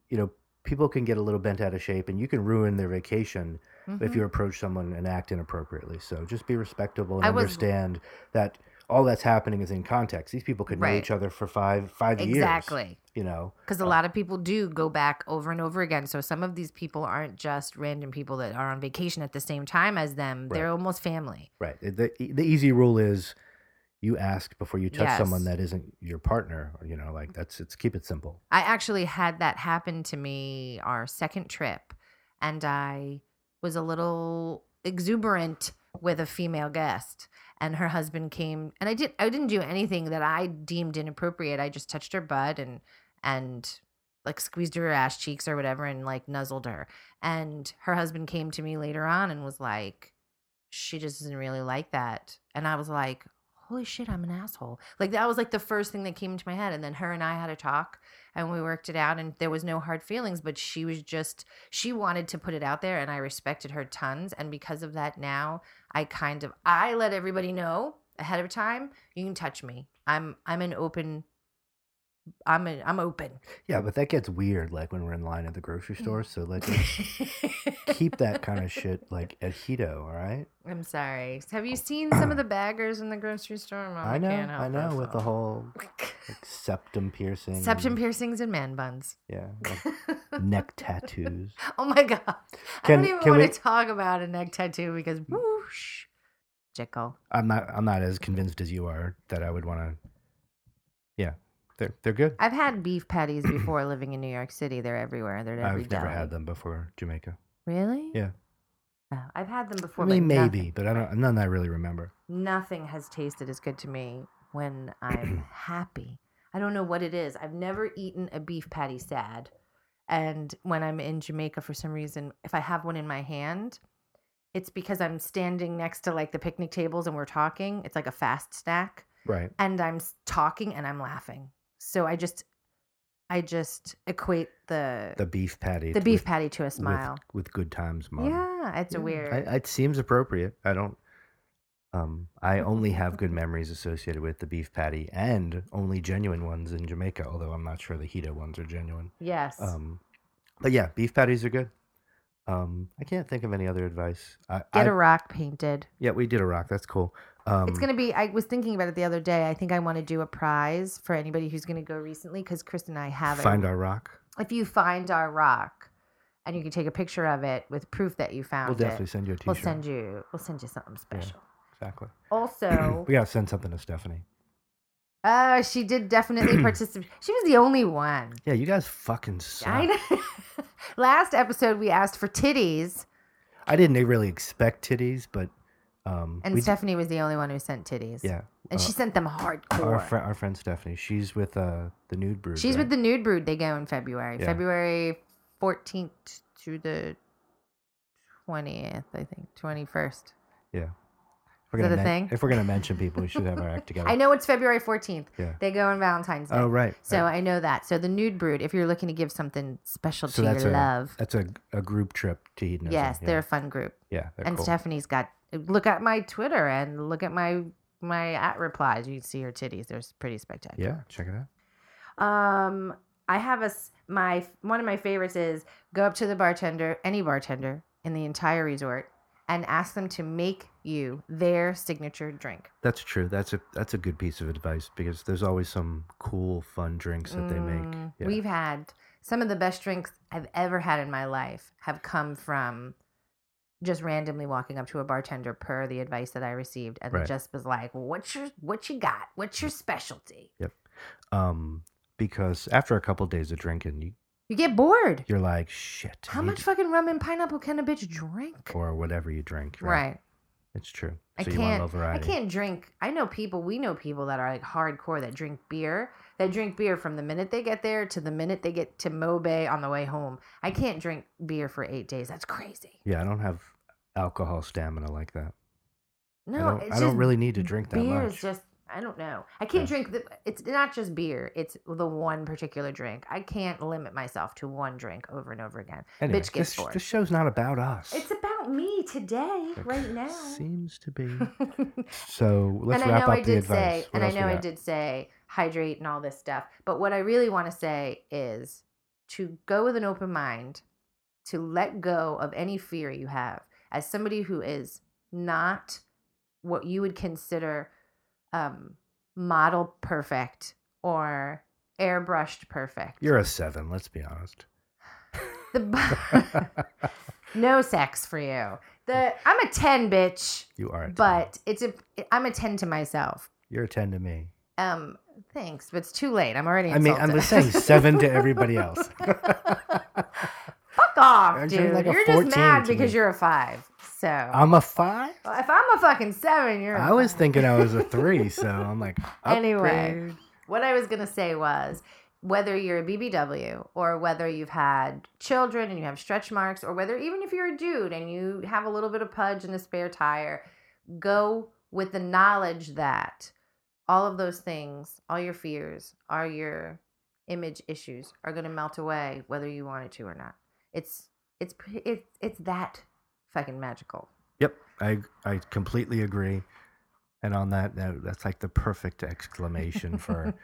Speaker 3: You know, people can get a little bent out of shape, and you can ruin their vacation
Speaker 1: Mm-hmm.
Speaker 3: if you approach someone and act inappropriately. So just be respectable and
Speaker 1: I was-
Speaker 3: understand that all that's happening is in context. These people could know
Speaker 1: Right.
Speaker 3: each other for five five years. Oh.
Speaker 1: exactly.
Speaker 3: You know,
Speaker 1: Because a lot of people do go back over and over again. So some of these people aren't just random people that are on
Speaker 3: e,
Speaker 1: vacation at the same time as them. They're almost family.
Speaker 3: right? The the easy rule is you ask before you touch
Speaker 1: Yes.
Speaker 3: someone that isn't your partner. You know, like that's it's keep it simple.
Speaker 1: I actually had that happen to me our second trip, and I was a little exuberant with a female guest. And her husband came, and I did. I didn't do anything that I deemed inappropriate. I just touched her butt and and like squeezed her ass cheeks or whatever, and like nuzzled her. And her husband came to me later on and was like, "She just doesn't really like that." And I was like, "Holy shit, I'm an asshole!" Like that was like the first thing that came into my head. And then her and I had a talk, and we worked it out and there was no hard feelings but she was just she wanted to put it out there and i respected her tons and because of that now i kind of i let everybody know ahead of time you can touch me i'm i'm an open i'm an i'm open
Speaker 3: Yeah, but that gets weird like when we're in line at the grocery
Speaker 1: Hmm.
Speaker 3: store. So let's just keep that kind of shit like at Hito, all right?
Speaker 1: i'm sorry have you seen some of the baggers in the grocery store Mom,
Speaker 3: I know,
Speaker 1: Oh, can't help
Speaker 3: I know, with the
Speaker 1: myself.
Speaker 3: whole like, septum piercing,
Speaker 1: septum
Speaker 3: and-
Speaker 1: piercings and man buns
Speaker 3: yeah, like, neck tattoos.
Speaker 1: Oh my god! I
Speaker 3: Can-
Speaker 1: don't even
Speaker 3: can
Speaker 1: want
Speaker 3: we-
Speaker 1: to talk about a neck tattoo because whoosh, Jekyll.
Speaker 3: I'm not, I'm not as convinced as you are that I would want to. Yeah, they're they're good.
Speaker 1: I've had beef patties before living in New York City. They're everywhere. They're at every
Speaker 3: I've never
Speaker 1: deli.
Speaker 3: had them before Jamaica.
Speaker 1: Really?
Speaker 3: Yeah.
Speaker 1: Oh, I've had them before.
Speaker 3: I mean,
Speaker 1: but
Speaker 3: maybe,
Speaker 1: nothing-
Speaker 3: but I don't. None I really remember.
Speaker 1: Nothing has tasted as good to me when I'm happy. I don't know what it is. I've never eaten a beef patty sad, and when I'm in Jamaica, for some reason, if I have one in my hand, it's because I'm standing next to like the picnic tables and we're talking. It's like a fast snack.
Speaker 3: Right.
Speaker 1: and I'm s- talking and I'm laughing. So I just, I just equate the
Speaker 3: The beef patty.
Speaker 1: the beef
Speaker 3: with-
Speaker 1: patty to a
Speaker 3: with-
Speaker 1: smile.
Speaker 3: with, good times, mom.
Speaker 1: yeah, it's a
Speaker 3: Yeah,
Speaker 1: weird.
Speaker 3: I, uh, it seems appropriate. I don't. Um, I only have good memories associated with the beef patty, and only genuine ones in Jamaica. Although I'm not sure the Hito ones are genuine.
Speaker 1: yes,
Speaker 3: Um, but yeah, beef patties are good. Um, I can't think of any other advice. I,
Speaker 1: get
Speaker 3: I-
Speaker 1: a rock painted.
Speaker 3: yeah, we did a rock. That's cool. Um,
Speaker 1: it's gonna be. I was thinking about it the other day. I think I want to do a prize for anybody who's gonna go recently because Chris and I have it.
Speaker 3: find our rock.
Speaker 1: If you find our rock, and you can take a picture of it with proof that you found
Speaker 3: We'll definitely
Speaker 1: it,
Speaker 3: send you a
Speaker 1: we'll
Speaker 3: t-shirt.
Speaker 1: send you. We'll send you something special.
Speaker 3: exactly.
Speaker 1: Also,
Speaker 3: We gotta send something to Stephanie.
Speaker 1: uh, she did definitely participate. She was the only one.
Speaker 3: Yeah, you guys fucking suck.
Speaker 1: I know. Last episode we asked for titties,
Speaker 3: I didn't e-, really expect titties, but um,
Speaker 1: and
Speaker 3: we d-
Speaker 1: Stephanie was the only one who sent titties.
Speaker 3: yeah,
Speaker 1: and
Speaker 3: uh,
Speaker 1: she sent them hardcore.
Speaker 3: our friend, our friend Stephanie. She's with uh the nude brood.
Speaker 1: She's
Speaker 3: right?
Speaker 1: with the Nude Brood. They go in February,
Speaker 3: Yeah.
Speaker 1: February fourteenth to the twentieth, I think, twenty first.
Speaker 3: If
Speaker 1: is
Speaker 3: we're
Speaker 1: that
Speaker 3: gonna
Speaker 1: a
Speaker 3: men-
Speaker 1: thing?
Speaker 3: If we're gonna mention people, we should have our act together.
Speaker 1: I know it's February fourteenth.
Speaker 3: Oh. Yeah.
Speaker 1: They go on Valentine's Day.
Speaker 3: Oh right.
Speaker 1: So
Speaker 3: right.
Speaker 1: I know that. So the Nude Brood, if you're looking to give something special
Speaker 3: So
Speaker 1: to
Speaker 3: that's
Speaker 1: your
Speaker 3: a-
Speaker 1: love,
Speaker 3: that's a, a group trip to hedonism.
Speaker 1: yes,
Speaker 3: yeah.
Speaker 1: they're a fun group.
Speaker 3: yeah, they're
Speaker 1: and
Speaker 3: cool.
Speaker 1: Stephanie's got look at my Twitter and look at my my at replies. You can see her titties. They're s- pretty
Speaker 3: yeah,
Speaker 1: spectacular.
Speaker 3: check it out.
Speaker 1: Yeah. Um, I have a s- my one of my favorites is go up to the bartender, any bartender in the entire resort, and ask them to make you their signature drink.
Speaker 3: That's true. That's a that's a good piece of advice because there's always some cool, fun drinks that they make.
Speaker 1: Mm,
Speaker 3: Yeah.
Speaker 1: We've had some of the best drinks I've ever had in my life have come from just randomly walking up to a bartender per the advice that I received and
Speaker 3: Right.
Speaker 1: just was like, "What's your what you got? What's your specialty?"
Speaker 3: Um, because after a couple days of drinking, you,
Speaker 1: You get bored.
Speaker 3: you're like, shit. I
Speaker 1: How
Speaker 3: need-
Speaker 1: much fucking rum and pineapple can a bitch drink?
Speaker 3: or whatever you drink.
Speaker 1: Right.
Speaker 3: It's true.
Speaker 1: I
Speaker 3: so you want a
Speaker 1: can't.
Speaker 3: little
Speaker 1: I
Speaker 3: variety.
Speaker 1: can't drink. I know people. We know people that are like hardcore that drink beer. That drink beer from the minute they get there to the minute they get to Mobe on the way home. I can't drink beer for eight days. That's crazy.
Speaker 3: Yeah, I don't have alcohol stamina like that.
Speaker 1: No,
Speaker 3: I don't,
Speaker 1: it's
Speaker 3: I
Speaker 1: just
Speaker 3: don't really need to drink that
Speaker 1: beer
Speaker 3: much.
Speaker 1: is just. I don't know. I can't
Speaker 3: Yeah.
Speaker 1: drink. The, it's not just beer. It's the one particular drink. I can't limit myself to one drink over and over again.
Speaker 3: anyway,
Speaker 1: bitch gets
Speaker 3: this,
Speaker 1: bored.
Speaker 3: this show's not about us.
Speaker 1: It's about me today,
Speaker 3: It
Speaker 1: right now.
Speaker 3: Seems to be. So let's
Speaker 1: and
Speaker 3: wrap
Speaker 1: I
Speaker 3: up
Speaker 1: know I
Speaker 3: the
Speaker 1: did
Speaker 3: advice.
Speaker 1: say,
Speaker 3: What
Speaker 1: and I
Speaker 3: else we
Speaker 1: know I
Speaker 3: got?
Speaker 1: did say hydrate and all this stuff. But what I really want to say is to go with an open mind, to let go of any fear you have. As somebody who is not what you would consider um, model perfect or airbrushed perfect,
Speaker 3: You're a seven. Let's be honest.
Speaker 1: the b- no sex for you. The I'm a ten, bitch
Speaker 3: you are. A 10.
Speaker 1: but it's a i'm a 10 to myself
Speaker 3: You're a ten to me.
Speaker 1: Um, thanks, but it's too late. I'm already.
Speaker 3: I mean, I'm just saying seven to everybody else.
Speaker 1: Fuck off,
Speaker 3: Actually,
Speaker 1: dude.
Speaker 3: like a
Speaker 1: you're just
Speaker 3: 14
Speaker 1: mad
Speaker 3: to
Speaker 1: because
Speaker 3: me.
Speaker 1: you're a five. So
Speaker 3: I'm a five.
Speaker 1: Well, if I'm a fucking seven, you're. a
Speaker 3: I was
Speaker 1: five.
Speaker 3: thinking I was a three, so I'm like.
Speaker 1: Anyway.
Speaker 3: upgrade.
Speaker 1: What I was going to say was whether you're a BBW or whether you've had children and you have stretch marks, or whether even if you're a dude and you have a little bit of pudge and a spare tire, go with the knowledge that all of those things, all your fears, all your image issues are going to melt away whether you want it to or not. It's it's pre- it's it's that fucking magical.
Speaker 3: Yep, I I completely agree. And on that note, that's like the perfect exclamation for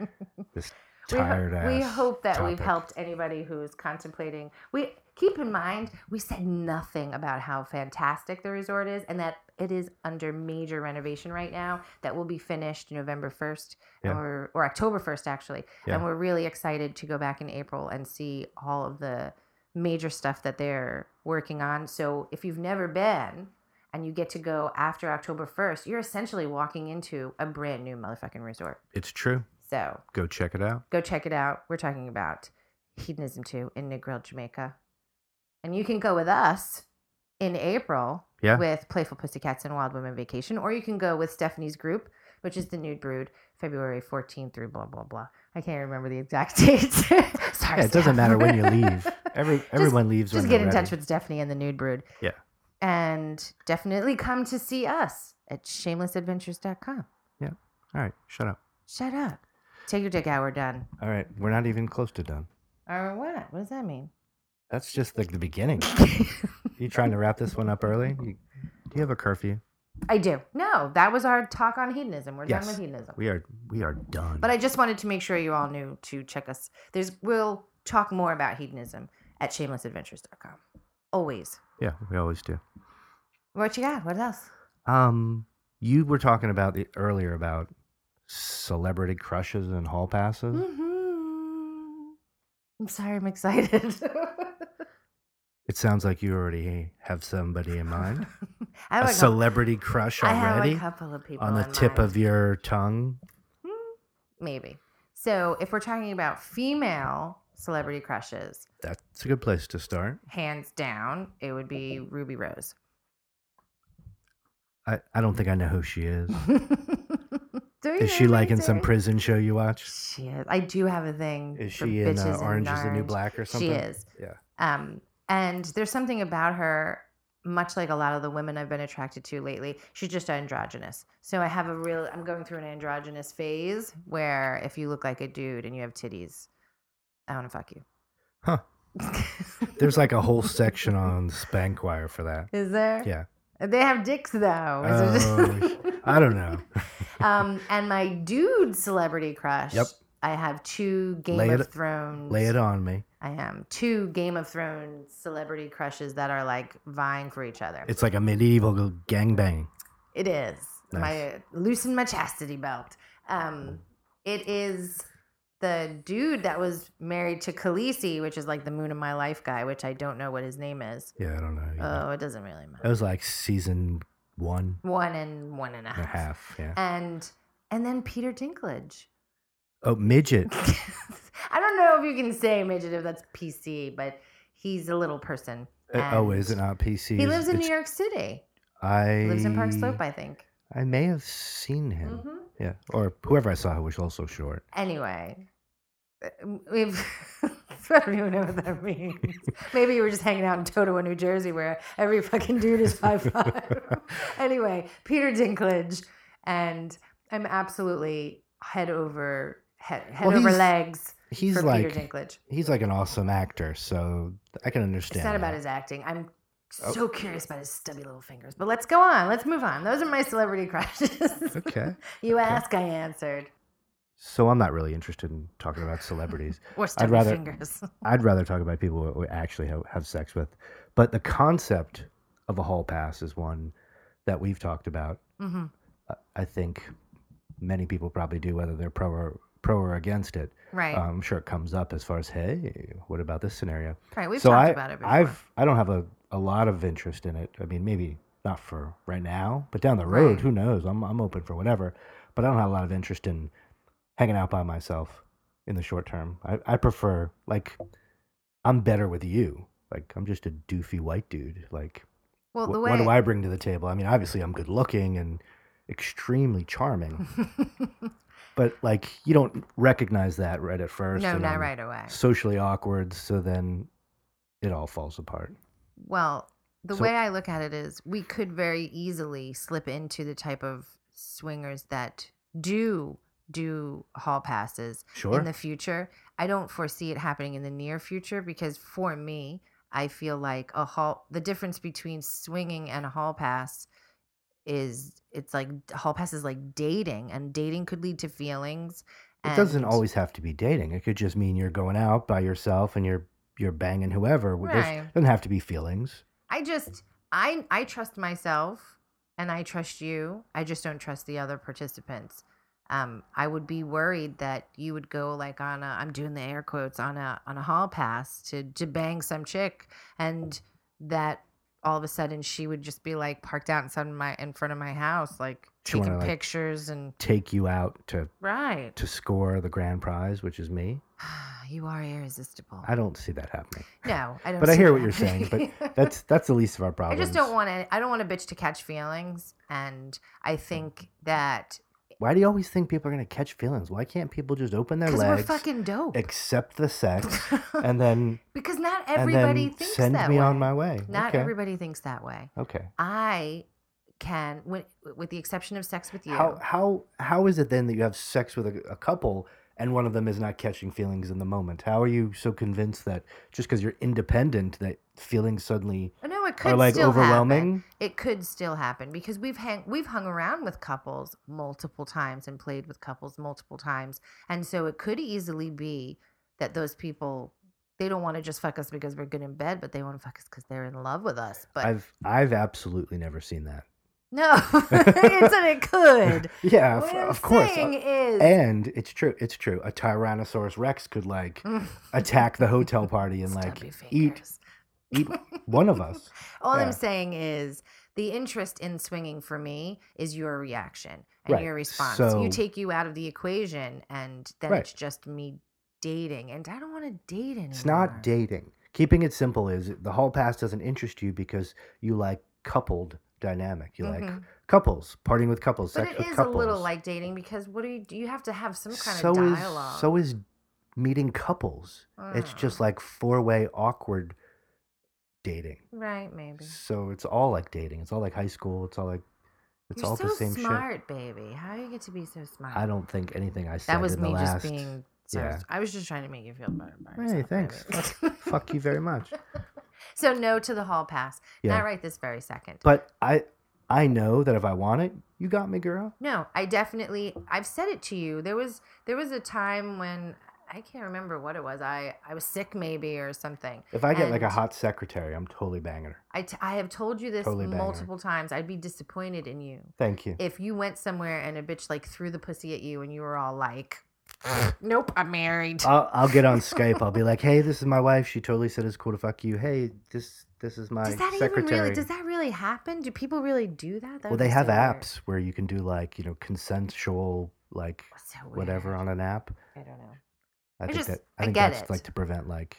Speaker 3: this
Speaker 1: We ho-
Speaker 3: tired ass.
Speaker 1: We hope that we've
Speaker 3: topic.
Speaker 1: helped anybody who's contemplating. We keep in mind we said nothing about how fantastic the resort is and that it is under major renovation right now that will be finished November 1st and
Speaker 3: Yeah.
Speaker 1: we're, or October 1st actually.
Speaker 3: Yeah.
Speaker 1: And we're really excited to go back in April and see all of the major stuff that they're working on. So if you've never been and you get to go after October 1st, you're essentially walking into a brand new motherfucking resort.
Speaker 3: It's true.
Speaker 1: So
Speaker 3: Go check it out.
Speaker 1: go check it out. We're talking about Hedonism 2 in Negril, Jamaica. And you can go with us in April
Speaker 3: Yeah.
Speaker 1: with Playful Pussycats and Wild Women Vacation, or you can go with Stephanie's group, which is the Nude Brood, February 14th through blah, blah, blah. I can't remember the exact dates. Sorry.
Speaker 3: Yeah, it doesn't
Speaker 1: Steph.
Speaker 3: matter when you leave. Every everyone leaves
Speaker 1: Just
Speaker 3: when
Speaker 1: get
Speaker 3: they're
Speaker 1: in touch
Speaker 3: ready.
Speaker 1: with Stephanie and the Nude Brood.
Speaker 3: Yeah.
Speaker 1: And definitely come to see us at shamelessadventures.com.
Speaker 3: All right, shut up.
Speaker 1: Shut up. Take your dick out. We're done.
Speaker 3: All right, we're not even close to done.
Speaker 1: Or what? What does that mean?
Speaker 3: That's just like the beginning. you trying to wrap this one up early? You, do you have a curfew?
Speaker 1: I do. No, that was our talk on hedonism. We're
Speaker 3: Yes.
Speaker 1: done with hedonism.
Speaker 3: We are we are done.
Speaker 1: but I just wanted to make sure you all knew to check us. There's we'll talk more about hedonism at shamelessadventures.com. Always.
Speaker 3: yeah, we always do.
Speaker 1: What you got? What else?
Speaker 3: Um, you were talking about the earlier about celebrity crushes and hall passes.
Speaker 1: hmm I'm sorry. I'm excited.
Speaker 3: It sounds like you already have somebody in mind.
Speaker 1: I
Speaker 3: a
Speaker 1: have, a, cou-
Speaker 3: celebrity crush
Speaker 1: I have a
Speaker 3: already
Speaker 1: couple of people
Speaker 3: on the
Speaker 1: in
Speaker 3: tip
Speaker 1: mind.
Speaker 3: of your tongue.
Speaker 1: maybe. So if we're talking about female celebrity crushes,
Speaker 3: That's a good place to start.
Speaker 1: hands down, it would be Ruby Rose.
Speaker 3: I, I don't think I know who she is.
Speaker 1: Do you
Speaker 3: Is she
Speaker 1: know
Speaker 3: like
Speaker 1: that,
Speaker 3: in some
Speaker 1: Jerry?
Speaker 3: prison show you watch?
Speaker 1: She is. I do have a thing.
Speaker 3: Is
Speaker 1: for
Speaker 3: she in
Speaker 1: bitches
Speaker 3: uh,
Speaker 1: and
Speaker 3: Orange is the New
Speaker 1: Orange.
Speaker 3: Black or something?
Speaker 1: She is.
Speaker 3: Yeah.
Speaker 1: Um, and there's something about her, much like a lot of the women I've been attracted to lately. She's just androgynous. So I have a real. I'm going through an androgynous phase where if you look like a dude and you have titties, I want to fuck you.
Speaker 3: Huh. There's like a whole section on Spankwire for that.
Speaker 1: Is there?
Speaker 3: Yeah.
Speaker 1: They have dicks though.
Speaker 3: Oh, I don't know.
Speaker 1: um, and my dude celebrity crush.
Speaker 3: Yep.
Speaker 1: I have two Game
Speaker 3: Lay
Speaker 1: of
Speaker 3: it-
Speaker 1: Thrones.
Speaker 3: Lay it on me.
Speaker 1: I am two Game of Thrones celebrity crushes that are like vying for each other.
Speaker 3: It's like a medieval gangbang.
Speaker 1: It is
Speaker 3: Nice.
Speaker 1: my loosen my chastity belt. Um, it is the dude that was married to Khaleesi, which is like the moon of my life guy, which I don't know what his name is.
Speaker 3: Yeah, I don't know. either.
Speaker 1: Oh, it doesn't really
Speaker 3: that
Speaker 1: matter.
Speaker 3: was like season one
Speaker 1: One and one and a
Speaker 3: and a
Speaker 1: half,
Speaker 3: half. Yeah.
Speaker 1: and and then Peter Dinklage.
Speaker 3: Oh, midget.
Speaker 1: I don't know if you can say midget if that's PC, but he's a little person.
Speaker 3: Uh, oh,
Speaker 1: and
Speaker 3: is it not PC?
Speaker 1: He lives in
Speaker 3: It's-
Speaker 1: New York City.
Speaker 3: I
Speaker 1: Lives in Park Slope, I think.
Speaker 3: I may have seen him.
Speaker 1: Mhm.
Speaker 3: Yeah, or whoever I saw who was also short.
Speaker 1: Anyway, uh, we've. I don't even know what that means. Maybe you were just hanging out in Totowa, New Jersey, where every fucking dude is five five. anyway, Peter Dinklage, and I'm absolutely head over head, head
Speaker 3: Well,
Speaker 1: over
Speaker 3: he's-
Speaker 1: legs
Speaker 3: He's
Speaker 1: for
Speaker 3: like
Speaker 1: Peter Dinklage.
Speaker 3: he's like an awesome actor, so I can understand.
Speaker 1: It's not about
Speaker 3: that.
Speaker 1: his acting. I'm
Speaker 3: Oh.
Speaker 1: so curious about his stubby little fingers. But let's go on. Let's move on. Those are my celebrity crushes.
Speaker 3: Okay,
Speaker 1: you asked, I answered.
Speaker 3: so I'm not really interested in talking about celebrities.
Speaker 1: Or stubby
Speaker 3: rather-
Speaker 1: fingers.
Speaker 3: I'd rather talk about people who we actually have, have sex with. But the concept of a hall pass is one that we've talked about.
Speaker 1: hmm
Speaker 3: Uh, I think many people probably do, whether they're pro or pro or against it.
Speaker 1: Right.
Speaker 3: Uh, I'm sure it comes up as far as hey, what about this scenario?
Speaker 1: right. We've
Speaker 3: so
Speaker 1: talked
Speaker 3: I-
Speaker 1: about it before.
Speaker 3: I've I don't have a, a lot of interest in it. I mean, maybe not for right now, but down the road,
Speaker 1: Right.
Speaker 3: who knows? I'm I'm open for whatever. but I don't have a lot of interest in hanging out by myself in the short term. I, I prefer like I'm better with you. Like I'm just a doofy white dude. Like
Speaker 1: Well,
Speaker 3: wh-
Speaker 1: the way
Speaker 3: what do I bring to the table? I mean, obviously I'm good looking and extremely charming, but like you don't recognize that right at first.
Speaker 1: no,
Speaker 3: and
Speaker 1: not
Speaker 3: I'm
Speaker 1: right away.
Speaker 3: Socially awkward, so then it all falls apart.
Speaker 1: Well, the
Speaker 3: So-
Speaker 1: way I look at it is we could very easily slip into the type of swingers that do do hall passes
Speaker 3: Sure.
Speaker 1: in the future. I don't foresee it happening in the near future because for me, I feel like a hall the difference between swinging and a hall pass is it's like hall pass is like dating and dating could lead to feelings.
Speaker 3: It doesn't
Speaker 1: and-
Speaker 3: always have to be dating. It could just mean you're going out by yourself and you're you're banging whoever. There's,
Speaker 1: Right.
Speaker 3: doesn't have to be feelings.
Speaker 1: I just I I trust myself and I trust you. I just don't trust the other participants. Um, I would be worried that you would go like on a I'm doing the air quotes on a on a hall pass to to bang some chick and that all of a sudden she would just be like parked out in front of my in front of my house like
Speaker 3: She wanna,
Speaker 1: taking
Speaker 3: like-
Speaker 1: pictures and
Speaker 3: Take you out to
Speaker 1: right.
Speaker 3: to score the grand prize, which is me.
Speaker 1: you are irresistible.
Speaker 3: I don't see that happening.
Speaker 1: no, I don't.
Speaker 3: But I
Speaker 1: see
Speaker 3: hear
Speaker 1: it
Speaker 3: what you're saying.
Speaker 1: happening.
Speaker 3: But that's that's the least of our
Speaker 1: I
Speaker 3: problems.
Speaker 1: just don't want to. I don't want a bitch to catch feelings, and I think that
Speaker 3: Why do you always think people are gonna catch feelings? Why can't people just open their
Speaker 1: because we're
Speaker 3: legs,
Speaker 1: fucking dope.
Speaker 3: accept the sex, and then
Speaker 1: because not
Speaker 3: and
Speaker 1: everybody
Speaker 3: then
Speaker 1: thinks
Speaker 3: send
Speaker 1: that
Speaker 3: me
Speaker 1: way.
Speaker 3: on my way?
Speaker 1: Not
Speaker 3: okay.
Speaker 1: everybody thinks that way.
Speaker 3: Okay.
Speaker 1: I can, when, with the exception of sex with you,
Speaker 3: How how how is it then that you have sex with a, a couple and one of them is not catching feelings in the moment? How are you so convinced that just because you're independent that feelings suddenly
Speaker 1: Oh, no, it could
Speaker 3: are like
Speaker 1: still happen.
Speaker 3: overwhelming?
Speaker 1: It could still happen because we've hang we've hung around with couples multiple times and played with couples multiple times, and so it could easily be that those people they don't want to just fuck us because we're good in bed, but they want to fuck us because they're in love with us. But
Speaker 3: I've I've absolutely never seen that.
Speaker 1: no, it's an it could.
Speaker 3: Yeah,
Speaker 1: what
Speaker 3: of,
Speaker 1: I'm
Speaker 3: of course.
Speaker 1: saying is
Speaker 3: And it's true. It's true. A Tyrannosaurus Rex could like attack the hotel party and like
Speaker 1: stubby
Speaker 3: eat
Speaker 1: fingers.
Speaker 3: eat one of us.
Speaker 1: All
Speaker 3: Yeah.
Speaker 1: I'm saying is the interest in swinging for me is your reaction and
Speaker 3: Right.
Speaker 1: your response.
Speaker 3: So-
Speaker 1: you take you out of the equation, and then
Speaker 3: Right.
Speaker 1: it's just me dating, and I don't want to date anymore.
Speaker 3: It's not dating. Keeping it simple is the hall pass doesn't interest you because you like coupled dynamic. You like
Speaker 1: Mhm.
Speaker 3: couples, partying with couples,
Speaker 1: But
Speaker 3: sex
Speaker 1: it
Speaker 3: with
Speaker 1: is
Speaker 3: couples.
Speaker 1: a little like dating because what do you do? You have to have some kind
Speaker 3: so
Speaker 1: of dialogue. Mm.
Speaker 3: is so is meeting couples. It's just like four way awkward dating.
Speaker 1: right, maybe.
Speaker 3: So it's all like dating. It's all like high school. It's all like it's
Speaker 1: You're
Speaker 3: all
Speaker 1: so
Speaker 3: the same shit.
Speaker 1: smart, baby. How do you get to be so smart?
Speaker 3: I don't think anything I said
Speaker 1: That was
Speaker 3: in the
Speaker 1: me
Speaker 3: last.
Speaker 1: just being. So
Speaker 3: yeah.
Speaker 1: I was just trying to make you feel better. about
Speaker 3: Hey,
Speaker 1: yourself,
Speaker 3: thanks.
Speaker 1: baby.
Speaker 3: Fuck you very much.
Speaker 1: So no to the hall pass.
Speaker 3: Yeah.
Speaker 1: Not right this very second.
Speaker 3: But I I know that if I want it, you got me, girl.
Speaker 1: No, I definitely I've said it to you. There was there was a time when I can't remember what it was. I I was sick maybe or something.
Speaker 3: If I get like a
Speaker 1: And-
Speaker 3: hot secretary, I'm totally banging her.
Speaker 1: I, t- I have told you this
Speaker 3: Totally banger.
Speaker 1: multiple times. I'd be disappointed in you
Speaker 3: Thank you.
Speaker 1: if you went somewhere and a bitch like threw the pussy at you and you were all like, "Nope, I'm married."
Speaker 3: I'll, I'll get on Skype. I'll be like, "Hey, this is my wife. She totally said it's cool to fuck you. Hey, this this is my
Speaker 1: does that
Speaker 3: secretary."
Speaker 1: even really does that really happen? Do people really do that? That
Speaker 3: well,
Speaker 1: would
Speaker 3: they
Speaker 1: be
Speaker 3: have
Speaker 1: so weird.
Speaker 3: apps where you can do like you know consensual like
Speaker 1: So weird.
Speaker 3: whatever on an app.
Speaker 1: I don't know.
Speaker 3: I,
Speaker 1: I
Speaker 3: think
Speaker 1: just-
Speaker 3: that I
Speaker 1: I
Speaker 3: think
Speaker 1: get
Speaker 3: that's
Speaker 1: it.
Speaker 3: like to prevent like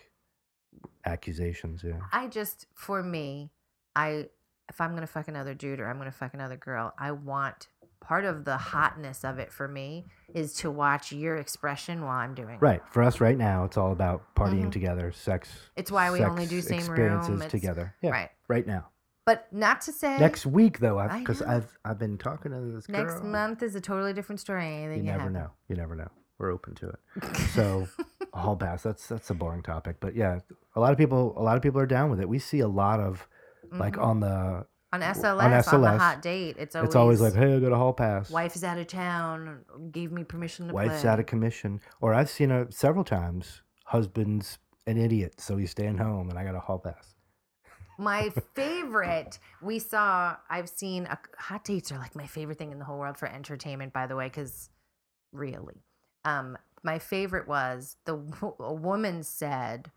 Speaker 3: accusations. Yeah,
Speaker 1: I just, for me, I if I'm gonna fuck another dude or I'm gonna fuck another girl, I want part of the hotness of it for me is to watch your expression while I'm doing it.
Speaker 3: right. For us right now, it's all about partying
Speaker 1: Mhm.
Speaker 3: together, sex.
Speaker 1: It's why we only
Speaker 3: sex
Speaker 1: do same room,
Speaker 3: experiences
Speaker 1: it's-
Speaker 3: together. Yeah, right.
Speaker 1: Right.
Speaker 3: now.
Speaker 1: But not to say
Speaker 3: Next week though,
Speaker 1: I
Speaker 3: because
Speaker 1: know.
Speaker 3: I've I've been talking to this girl.
Speaker 1: next month is a totally different story. Anything
Speaker 3: you
Speaker 1: can
Speaker 3: never
Speaker 1: happen.
Speaker 3: know. You never know. We're open to it. So a hall pass. That's that's a boring topic, but yeah, a lot of people a lot of people are down with it. We see a lot of like on the
Speaker 1: Mm-hmm. On SLS, on,
Speaker 3: on
Speaker 1: the
Speaker 3: SLS,
Speaker 1: hot date, it's always,
Speaker 3: it's always like hey, I got a hall pass.
Speaker 1: wife is out of town, gave me permission to
Speaker 3: Wife's
Speaker 1: play.
Speaker 3: out of commission, or I've seen it several times. Husband's an idiot, so he's staying home, and I got a hall pass.
Speaker 1: My favorite, we saw, I've seen, a, hot dates are like my favorite thing in the whole world for entertainment, by the way, because really. Um, my favorite was the w- a woman said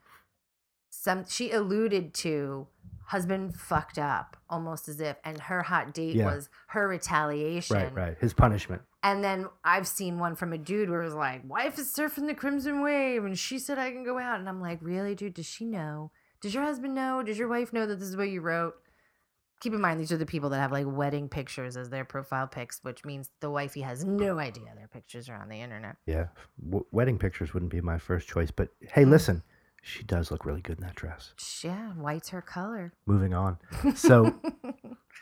Speaker 1: some she alluded to husband fucked up almost as if and her hot date
Speaker 3: Yeah.
Speaker 1: was her retaliation
Speaker 3: Right, right. His punishment.
Speaker 1: and then i've seen one from a dude where it was like wife is surfing the crimson wave and she said i can go out and i'm like really dude does she know does your husband know does your wife know that this is what you wrote keep in mind these are the people that have like wedding pictures as their profile pics which means the wifey has no idea their pictures are on the internet
Speaker 3: Yeah. W- wedding pictures wouldn't be my first choice, but
Speaker 1: Mm.
Speaker 3: hey, listen, she does look really good in that dress.
Speaker 1: yeah white's her color
Speaker 3: Moving on. So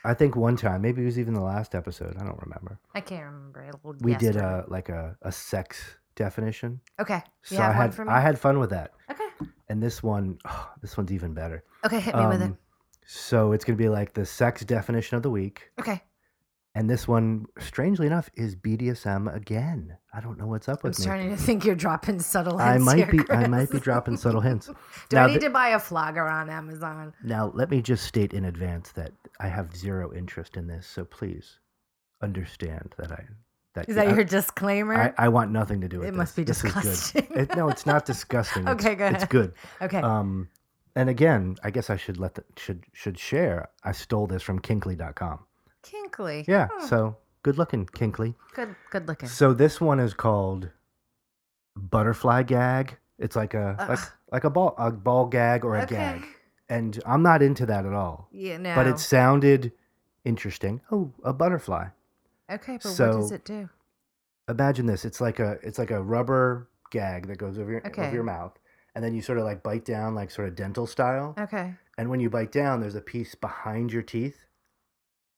Speaker 3: I think one time, maybe it was even the last episode, I don't remember.
Speaker 1: i can't remember I l-
Speaker 3: We
Speaker 1: guessed
Speaker 3: did
Speaker 1: wrong.
Speaker 3: a like a, a sex definition.
Speaker 1: okay
Speaker 3: So
Speaker 1: you have
Speaker 3: I
Speaker 1: one
Speaker 3: had
Speaker 1: for me
Speaker 3: I had fun with that.
Speaker 1: okay
Speaker 3: And this one, oh, this one's even better.
Speaker 1: okay hit me with it
Speaker 3: Um, So it's going to be like the sex definition of the week.
Speaker 1: okay
Speaker 3: And this one, strangely enough, is BDSM again. I don't know what's up
Speaker 1: i'm
Speaker 3: with me.
Speaker 1: starting to think you're dropping subtle
Speaker 3: I
Speaker 1: hints
Speaker 3: might be
Speaker 1: here,
Speaker 3: I might be
Speaker 1: Chris.
Speaker 3: dropping subtle hints.
Speaker 1: Do
Speaker 3: Now
Speaker 1: I need
Speaker 3: the-
Speaker 1: to buy a flogger on Amazon?
Speaker 3: Now, let me just state in advance that I have zero interest in this, so please understand that I that,
Speaker 1: Is that
Speaker 3: I,
Speaker 1: your disclaimer?
Speaker 3: I, I want nothing to do with
Speaker 1: It
Speaker 3: this.
Speaker 1: must be
Speaker 3: This is good.
Speaker 1: disgusting.
Speaker 3: It- no, it's not disgusting. It's-
Speaker 1: Okay, go
Speaker 3: It's
Speaker 1: ahead.
Speaker 3: good.
Speaker 1: okay.
Speaker 3: Um, and again, I guess I should let the, should should share. I stole this from Kinkly.com.
Speaker 1: Kinkly.
Speaker 3: Yeah,
Speaker 1: Hmm,
Speaker 3: so good looking Kinkly.
Speaker 1: good good looking.
Speaker 3: So this one is called butterfly gag. It's like a like,
Speaker 1: Ugh.
Speaker 3: like a ball a ball gag or a
Speaker 1: okay.
Speaker 3: gag, and I'm not into that at all.
Speaker 1: Yeah, no.
Speaker 3: But it sounded interesting. Oh, a butterfly.
Speaker 1: Okay, but what does
Speaker 3: so-
Speaker 1: it do?
Speaker 3: Imagine this. It's like a it's like a rubber gag that goes over your
Speaker 1: Okay.
Speaker 3: over your mouth, and then you sort of like bite down like sort of dental style.
Speaker 1: Okay.
Speaker 3: And when you bite down, there's a piece behind your teeth.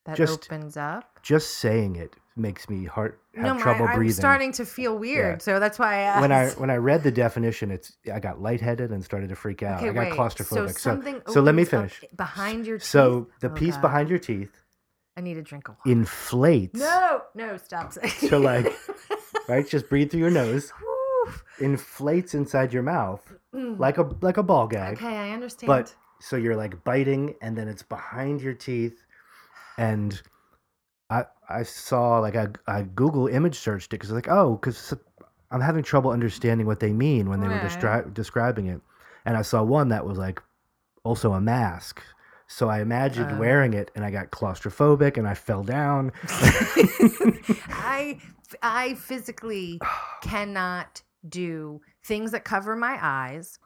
Speaker 1: That
Speaker 3: Just-
Speaker 1: opens up.
Speaker 3: Just saying it makes me heart
Speaker 1: no,
Speaker 3: have
Speaker 1: my,
Speaker 3: trouble
Speaker 1: I'm
Speaker 3: breathing.
Speaker 1: starting to feel weird, so that's why I asked.
Speaker 3: when I when I read the definition, it's I got lightheaded and started to freak out.
Speaker 1: okay,
Speaker 3: I got
Speaker 1: wait.
Speaker 3: claustrophobic.
Speaker 1: So something
Speaker 3: so let me
Speaker 1: opens up
Speaker 3: finish.
Speaker 1: Behind your teeth.
Speaker 3: so the
Speaker 1: Oh,
Speaker 3: piece
Speaker 1: God.
Speaker 3: behind your teeth
Speaker 1: I need a drink of water.
Speaker 3: inflates.
Speaker 1: No, no, stop.
Speaker 3: So, like- Right, just breathe through your nose.
Speaker 1: Woof.
Speaker 3: Inflates inside your mouth
Speaker 1: Mm.
Speaker 3: like a like a ball gag.
Speaker 1: Okay, I understand.
Speaker 3: But so you're like biting, and then it's behind your teeth, and I I saw like I I Google image searched it because like oh because I'm having trouble understanding what they mean when they were
Speaker 1: Right.
Speaker 3: destri- describing it, and I saw one that was like also a mask. So I imagined
Speaker 1: Oh.
Speaker 3: wearing it, and I got claustrophobic, and I fell down.
Speaker 1: I I physically cannot do things that cover my eyes,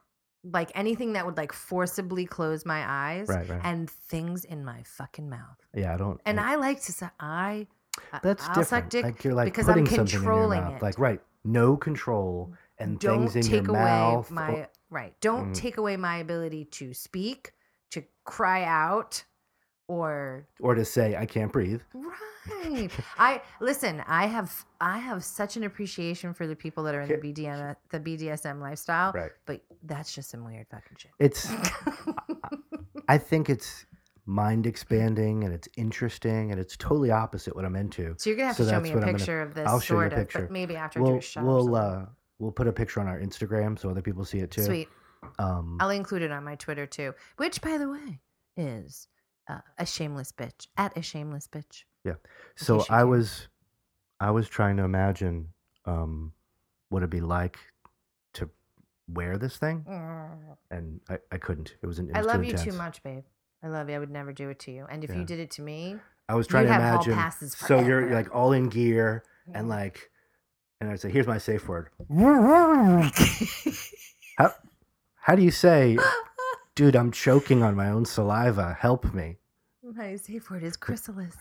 Speaker 1: like anything that would like forcibly close my eyes,
Speaker 3: Right, right.
Speaker 1: and things in my fucking mouth.
Speaker 3: yeah, I don't.
Speaker 1: And
Speaker 3: I,
Speaker 1: I like to say I I-
Speaker 3: that's
Speaker 1: I'll
Speaker 3: different.
Speaker 1: suck dick.
Speaker 3: like you're like
Speaker 1: because I'm
Speaker 3: putting something in your
Speaker 1: controlling
Speaker 3: mouth.
Speaker 1: it.
Speaker 3: Like right, no control and
Speaker 1: don't
Speaker 3: things in
Speaker 1: take
Speaker 3: your
Speaker 1: away
Speaker 3: mouth. or-
Speaker 1: my right. Don't
Speaker 3: Mm.
Speaker 1: take away my ability to speak, to cry out, or
Speaker 3: or to say I can't breathe.
Speaker 1: Right. I listen. I have I have such an appreciation for the people that are in the BDM the BDSM lifestyle,
Speaker 3: Right.
Speaker 1: but that's just some weird fucking shit.
Speaker 3: It's I think it's mind expanding and it's interesting and it's totally opposite what I'm into.
Speaker 1: so you're gonna have
Speaker 3: So
Speaker 1: to show
Speaker 3: that's
Speaker 1: me a
Speaker 3: what I'm gonna-
Speaker 1: picture of this.
Speaker 3: I'll show you a
Speaker 1: sort of,
Speaker 3: picture.
Speaker 1: But maybe after I do
Speaker 3: We'll
Speaker 1: a shot. or
Speaker 3: we'll
Speaker 1: something.
Speaker 3: uh, we'll put a picture on our Instagram so other people see it too.
Speaker 1: Sweet.
Speaker 3: Um,
Speaker 1: I'll include it on my Twitter too, which by the way is uh, a shameless bitch at a shameless bitch.
Speaker 3: so
Speaker 1: case you
Speaker 3: I
Speaker 1: care.
Speaker 3: was I was trying to imagine um, what it'd be like to wear this thing,
Speaker 1: Mm.
Speaker 3: and I, I couldn't. It was an. It
Speaker 1: I
Speaker 3: was
Speaker 1: love
Speaker 3: too
Speaker 1: you too
Speaker 3: intense.
Speaker 1: much, babe. I love you. I would never do it to you. And if
Speaker 3: Yeah.
Speaker 1: you did it to me,
Speaker 3: I was trying
Speaker 1: You'd
Speaker 3: to
Speaker 1: have hall
Speaker 3: imagine.
Speaker 1: passes Mm-hmm.
Speaker 3: so you're,
Speaker 1: forever.
Speaker 3: you're like all in gear and like, and I'd say, "Here's my safe word." How, how do you say, dude? I'm choking on my own saliva. Help me.
Speaker 1: My safe word is chrysalis.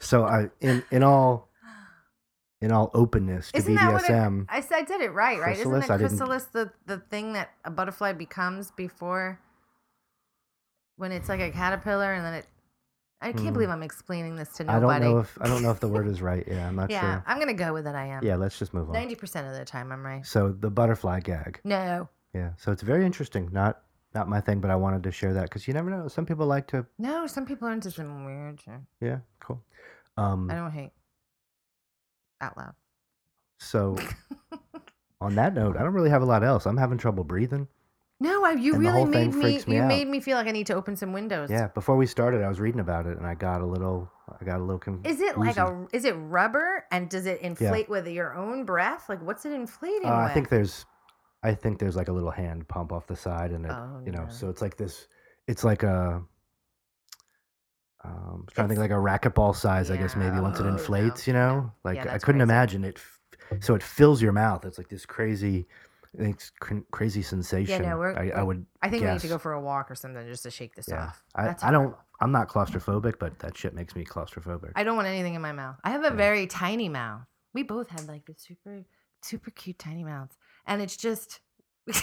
Speaker 3: So I, in in all, in all openness to
Speaker 1: Isn't that what it-
Speaker 3: BDSM,
Speaker 1: I said I did it right, right? Isn't
Speaker 3: Chrysalis?
Speaker 1: the
Speaker 3: I didn't-
Speaker 1: chrysalis the, the thing that a butterfly becomes before when it's like a caterpillar and then it I can't
Speaker 3: Hmm.
Speaker 1: believe I'm explaining this to
Speaker 3: I
Speaker 1: nobody.
Speaker 3: don't know if I don't know if the word is right. Yeah, I'm not
Speaker 1: yeah,
Speaker 3: sure.
Speaker 1: I'm gonna go with it I am.
Speaker 3: Yeah, let's just move on.
Speaker 1: Ninety percent of the time I'm right.
Speaker 3: So the butterfly gag.
Speaker 1: No.
Speaker 3: Yeah. So it's very interesting. Not not my thing, but I wanted to share that because you never know. Some people like to.
Speaker 1: No, some people are into some weird shit.
Speaker 3: Yeah. Cool. Um.
Speaker 1: I don't hate. Out loud.
Speaker 3: So on that note, I don't really have a lot else. I'm having trouble breathing.
Speaker 1: No, I, you
Speaker 3: And the
Speaker 1: really
Speaker 3: whole thing
Speaker 1: made me,
Speaker 3: freaks me
Speaker 1: you
Speaker 3: out.
Speaker 1: made me feel like I need to open some windows.
Speaker 3: Yeah, before we started, I was reading about it and I got a little I got a little con-
Speaker 1: Is it like
Speaker 3: woozy.
Speaker 1: a? Is it rubber? And does it inflate with your own breath? Like, what's it inflating
Speaker 3: Uh,
Speaker 1: with?
Speaker 3: I think there's I think there's like a little hand pump off the side and it,
Speaker 1: Oh,
Speaker 3: you know,
Speaker 1: no.
Speaker 3: so it's like this it's like a um, trying to think like a racquetball size, I guess maybe
Speaker 1: Yeah.
Speaker 3: once it
Speaker 1: Oh,
Speaker 3: inflates,
Speaker 1: no.
Speaker 3: you know, like
Speaker 1: Yeah,
Speaker 3: I
Speaker 1: that's
Speaker 3: couldn't
Speaker 1: crazy.
Speaker 3: imagine it. f- So it fills your mouth. It's like this crazy, it's cr- crazy sensation.
Speaker 1: we're-
Speaker 3: I, I would,
Speaker 1: I think we need to
Speaker 3: Yes.
Speaker 1: go for a walk or something just to shake this
Speaker 3: yeah.
Speaker 1: off.
Speaker 3: I,
Speaker 1: That's
Speaker 3: I don't.
Speaker 1: horrible.
Speaker 3: I'm not claustrophobic, but that shit makes me claustrophobic.
Speaker 1: I don't want anything in my mouth. I have a
Speaker 3: Yeah.
Speaker 1: very tiny mouth. We both have like the super, super cute tiny mouths, and it's just. and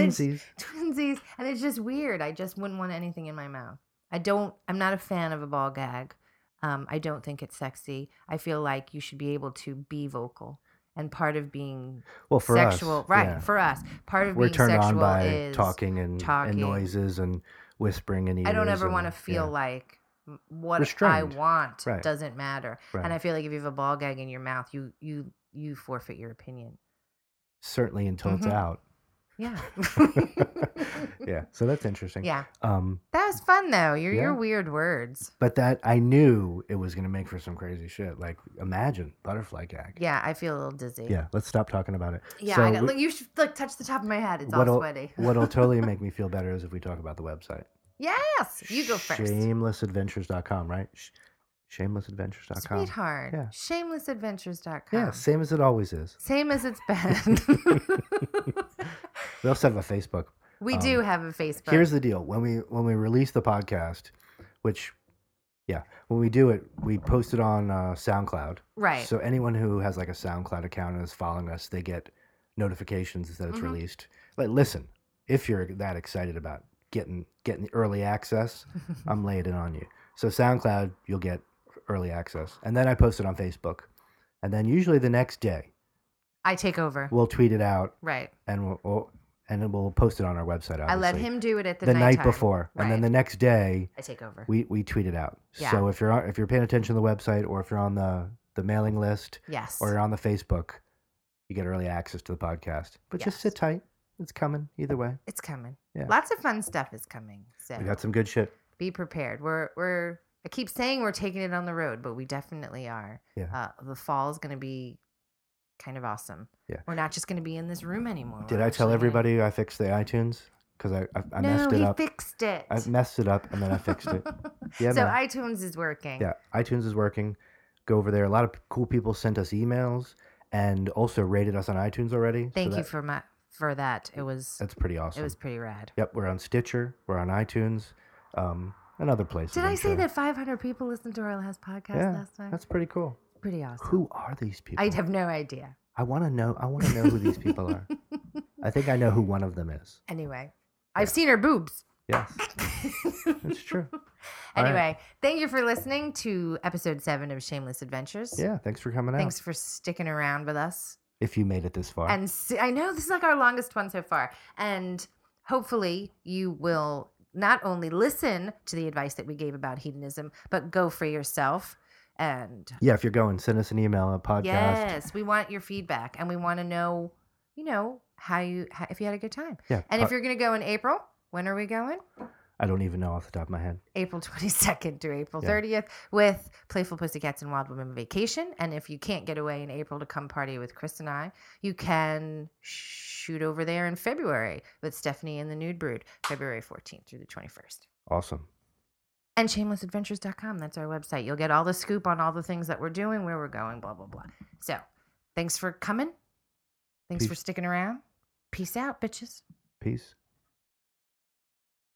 Speaker 1: it's
Speaker 3: Twinsies.
Speaker 1: twinsies and it's just weird i just wouldn't want anything in my mouth i don't i'm not a fan of a ball gag um, i don't think it's sexy i feel like you should be able to be vocal and part of being
Speaker 3: Well, for
Speaker 1: sexual
Speaker 3: us,
Speaker 1: right
Speaker 3: yeah.
Speaker 1: for us part of
Speaker 3: we're
Speaker 1: being
Speaker 3: turned
Speaker 1: sexual
Speaker 3: on by
Speaker 1: is
Speaker 3: talking and,
Speaker 1: talking.
Speaker 3: and noises and whispering and.
Speaker 1: i don't ever want to
Speaker 3: to
Speaker 1: feel like m- what i
Speaker 3: Restrained.
Speaker 1: want
Speaker 3: Right.
Speaker 1: doesn't matter
Speaker 3: Right.
Speaker 1: and i feel like if you have a ball gag in your mouth you you you forfeit your opinion
Speaker 3: certainly until
Speaker 1: Mhm.
Speaker 3: it's out.
Speaker 1: yeah
Speaker 3: yeah, so that's interesting.
Speaker 1: yeah
Speaker 3: Um,
Speaker 1: that was fun though your
Speaker 3: Yeah.
Speaker 1: your weird words
Speaker 3: but that I knew it was gonna make for some crazy shit. Like imagine butterfly gag.
Speaker 1: Yeah, I feel a little dizzy.
Speaker 3: Yeah, let's stop talking about it.
Speaker 1: Yeah,
Speaker 3: So
Speaker 1: I got,
Speaker 3: we-
Speaker 1: look, you should look touch the top of my head. It's all
Speaker 3: what'll-
Speaker 1: sweaty.
Speaker 3: What'll totally make me feel better is if we talk about the website.
Speaker 1: yes, you go first.
Speaker 3: Shamelessadventures.com, right? Sh- shamelessadventures.com.
Speaker 1: Sweetheart.
Speaker 3: Yeah.
Speaker 1: Shamelessadventures.com.
Speaker 3: Yeah, same as it always is.
Speaker 1: Same as it's been.
Speaker 3: We also have a Facebook.
Speaker 1: we
Speaker 3: Um,
Speaker 1: do have a Facebook.
Speaker 3: Here's the deal: when we when we release the podcast, which, yeah, when we do it, we post it on uh, SoundCloud.
Speaker 1: right.
Speaker 3: So anyone who has like a SoundCloud account and is following us, they get notifications that it's
Speaker 1: Mhm.
Speaker 3: released. Like, listen, if you're that excited about getting getting early access,
Speaker 1: Mm-hmm.
Speaker 3: I'm laying it on you. So SoundCloud, you'll get early access, and then I post it on Facebook, and then usually the next day
Speaker 1: I take over.
Speaker 3: we'll tweet it out
Speaker 1: right.
Speaker 3: and we'll, we'll and we'll post it on our website. Obviously.
Speaker 1: I let him do it at the,
Speaker 3: the night
Speaker 1: nighttime.
Speaker 3: before, and
Speaker 1: Right.
Speaker 3: then the next day
Speaker 1: I take over.
Speaker 3: we we tweet it out.
Speaker 1: Yeah.
Speaker 3: So if you're on, if you're paying attention to the website, or if you're on the the mailing list,
Speaker 1: yes.
Speaker 3: or you're on the Facebook, you get early access to the podcast. But just
Speaker 1: Yes.
Speaker 3: sit tight; it's coming either way.
Speaker 1: it's coming.
Speaker 3: Yeah.
Speaker 1: Lots of fun stuff is coming. So
Speaker 3: We got some good shit.
Speaker 1: be prepared. We're we're I keep saying we're taking it on the road, but we definitely are.
Speaker 3: Yeah.
Speaker 1: Uh, the fall is going to be kind of awesome.
Speaker 3: Yeah.
Speaker 1: We're not just going to be in this room anymore. We're
Speaker 3: Did I tell
Speaker 1: actually gonna-
Speaker 3: everybody I fixed the iTunes? Because I I, I
Speaker 1: no,
Speaker 3: messed it
Speaker 1: he
Speaker 3: up.
Speaker 1: fixed it.
Speaker 3: I messed it up and then I fixed it. Yeah,
Speaker 1: so
Speaker 3: man.
Speaker 1: iTunes is working.
Speaker 3: yeah, iTunes is working. Go over there. A lot of cool people sent us emails and also rated us on iTunes already. so
Speaker 1: Thank you
Speaker 3: that-
Speaker 1: for my for that. It was
Speaker 3: That's pretty awesome.
Speaker 1: it was pretty rad.
Speaker 3: Yep, we're on Stitcher, we're on iTunes, um, and other places.
Speaker 1: Did
Speaker 3: I'm
Speaker 1: I say
Speaker 3: sure.
Speaker 1: that 500 people listened to our last podcast
Speaker 3: Yeah,
Speaker 1: last time?
Speaker 3: That's pretty cool.
Speaker 1: pretty awesome.
Speaker 3: Who are these people?
Speaker 1: I have no idea.
Speaker 3: I want to know. I want to know who these people are. I think I know who one of them is.
Speaker 1: Anyway, I've seen her boobs.
Speaker 3: Yes, that's true. All right.
Speaker 1: Anyway, thank you for listening to episode seven of Shameless Adventures.
Speaker 3: Yeah, thanks for coming out.
Speaker 1: Thanks for sticking around with us.
Speaker 3: If you made it this far,
Speaker 1: And s I I know this is like our longest one so far. And hopefully, you will not only listen to the advice that we gave about hedonism, but go for yourself. And
Speaker 3: yeah, if you're going, send us an email, a podcast.
Speaker 1: yes, we want your feedback and we want to know, you know, how you, how, if you had a good time.
Speaker 3: Yeah,
Speaker 1: And
Speaker 3: po-
Speaker 1: if you're going to go in April, when are we going?
Speaker 3: I don't even know off the top of my head.
Speaker 1: April 22nd to April
Speaker 3: Yeah.
Speaker 1: 30th with Playful Pussycats and Wild Women Vacation. And if you can't get away in April to come party with Chris and I, you can shoot over there in February with Stephanie and the Nude Brood, February 14th through the 21st.
Speaker 3: Awesome.
Speaker 1: And shamelessadventures.com, that's our website. You'll get all the scoop on all the things that we're doing, where we're going, blah, blah, blah. So thanks for coming. Thanks
Speaker 3: Peace.
Speaker 1: for sticking around. Peace out, bitches.
Speaker 3: Peace.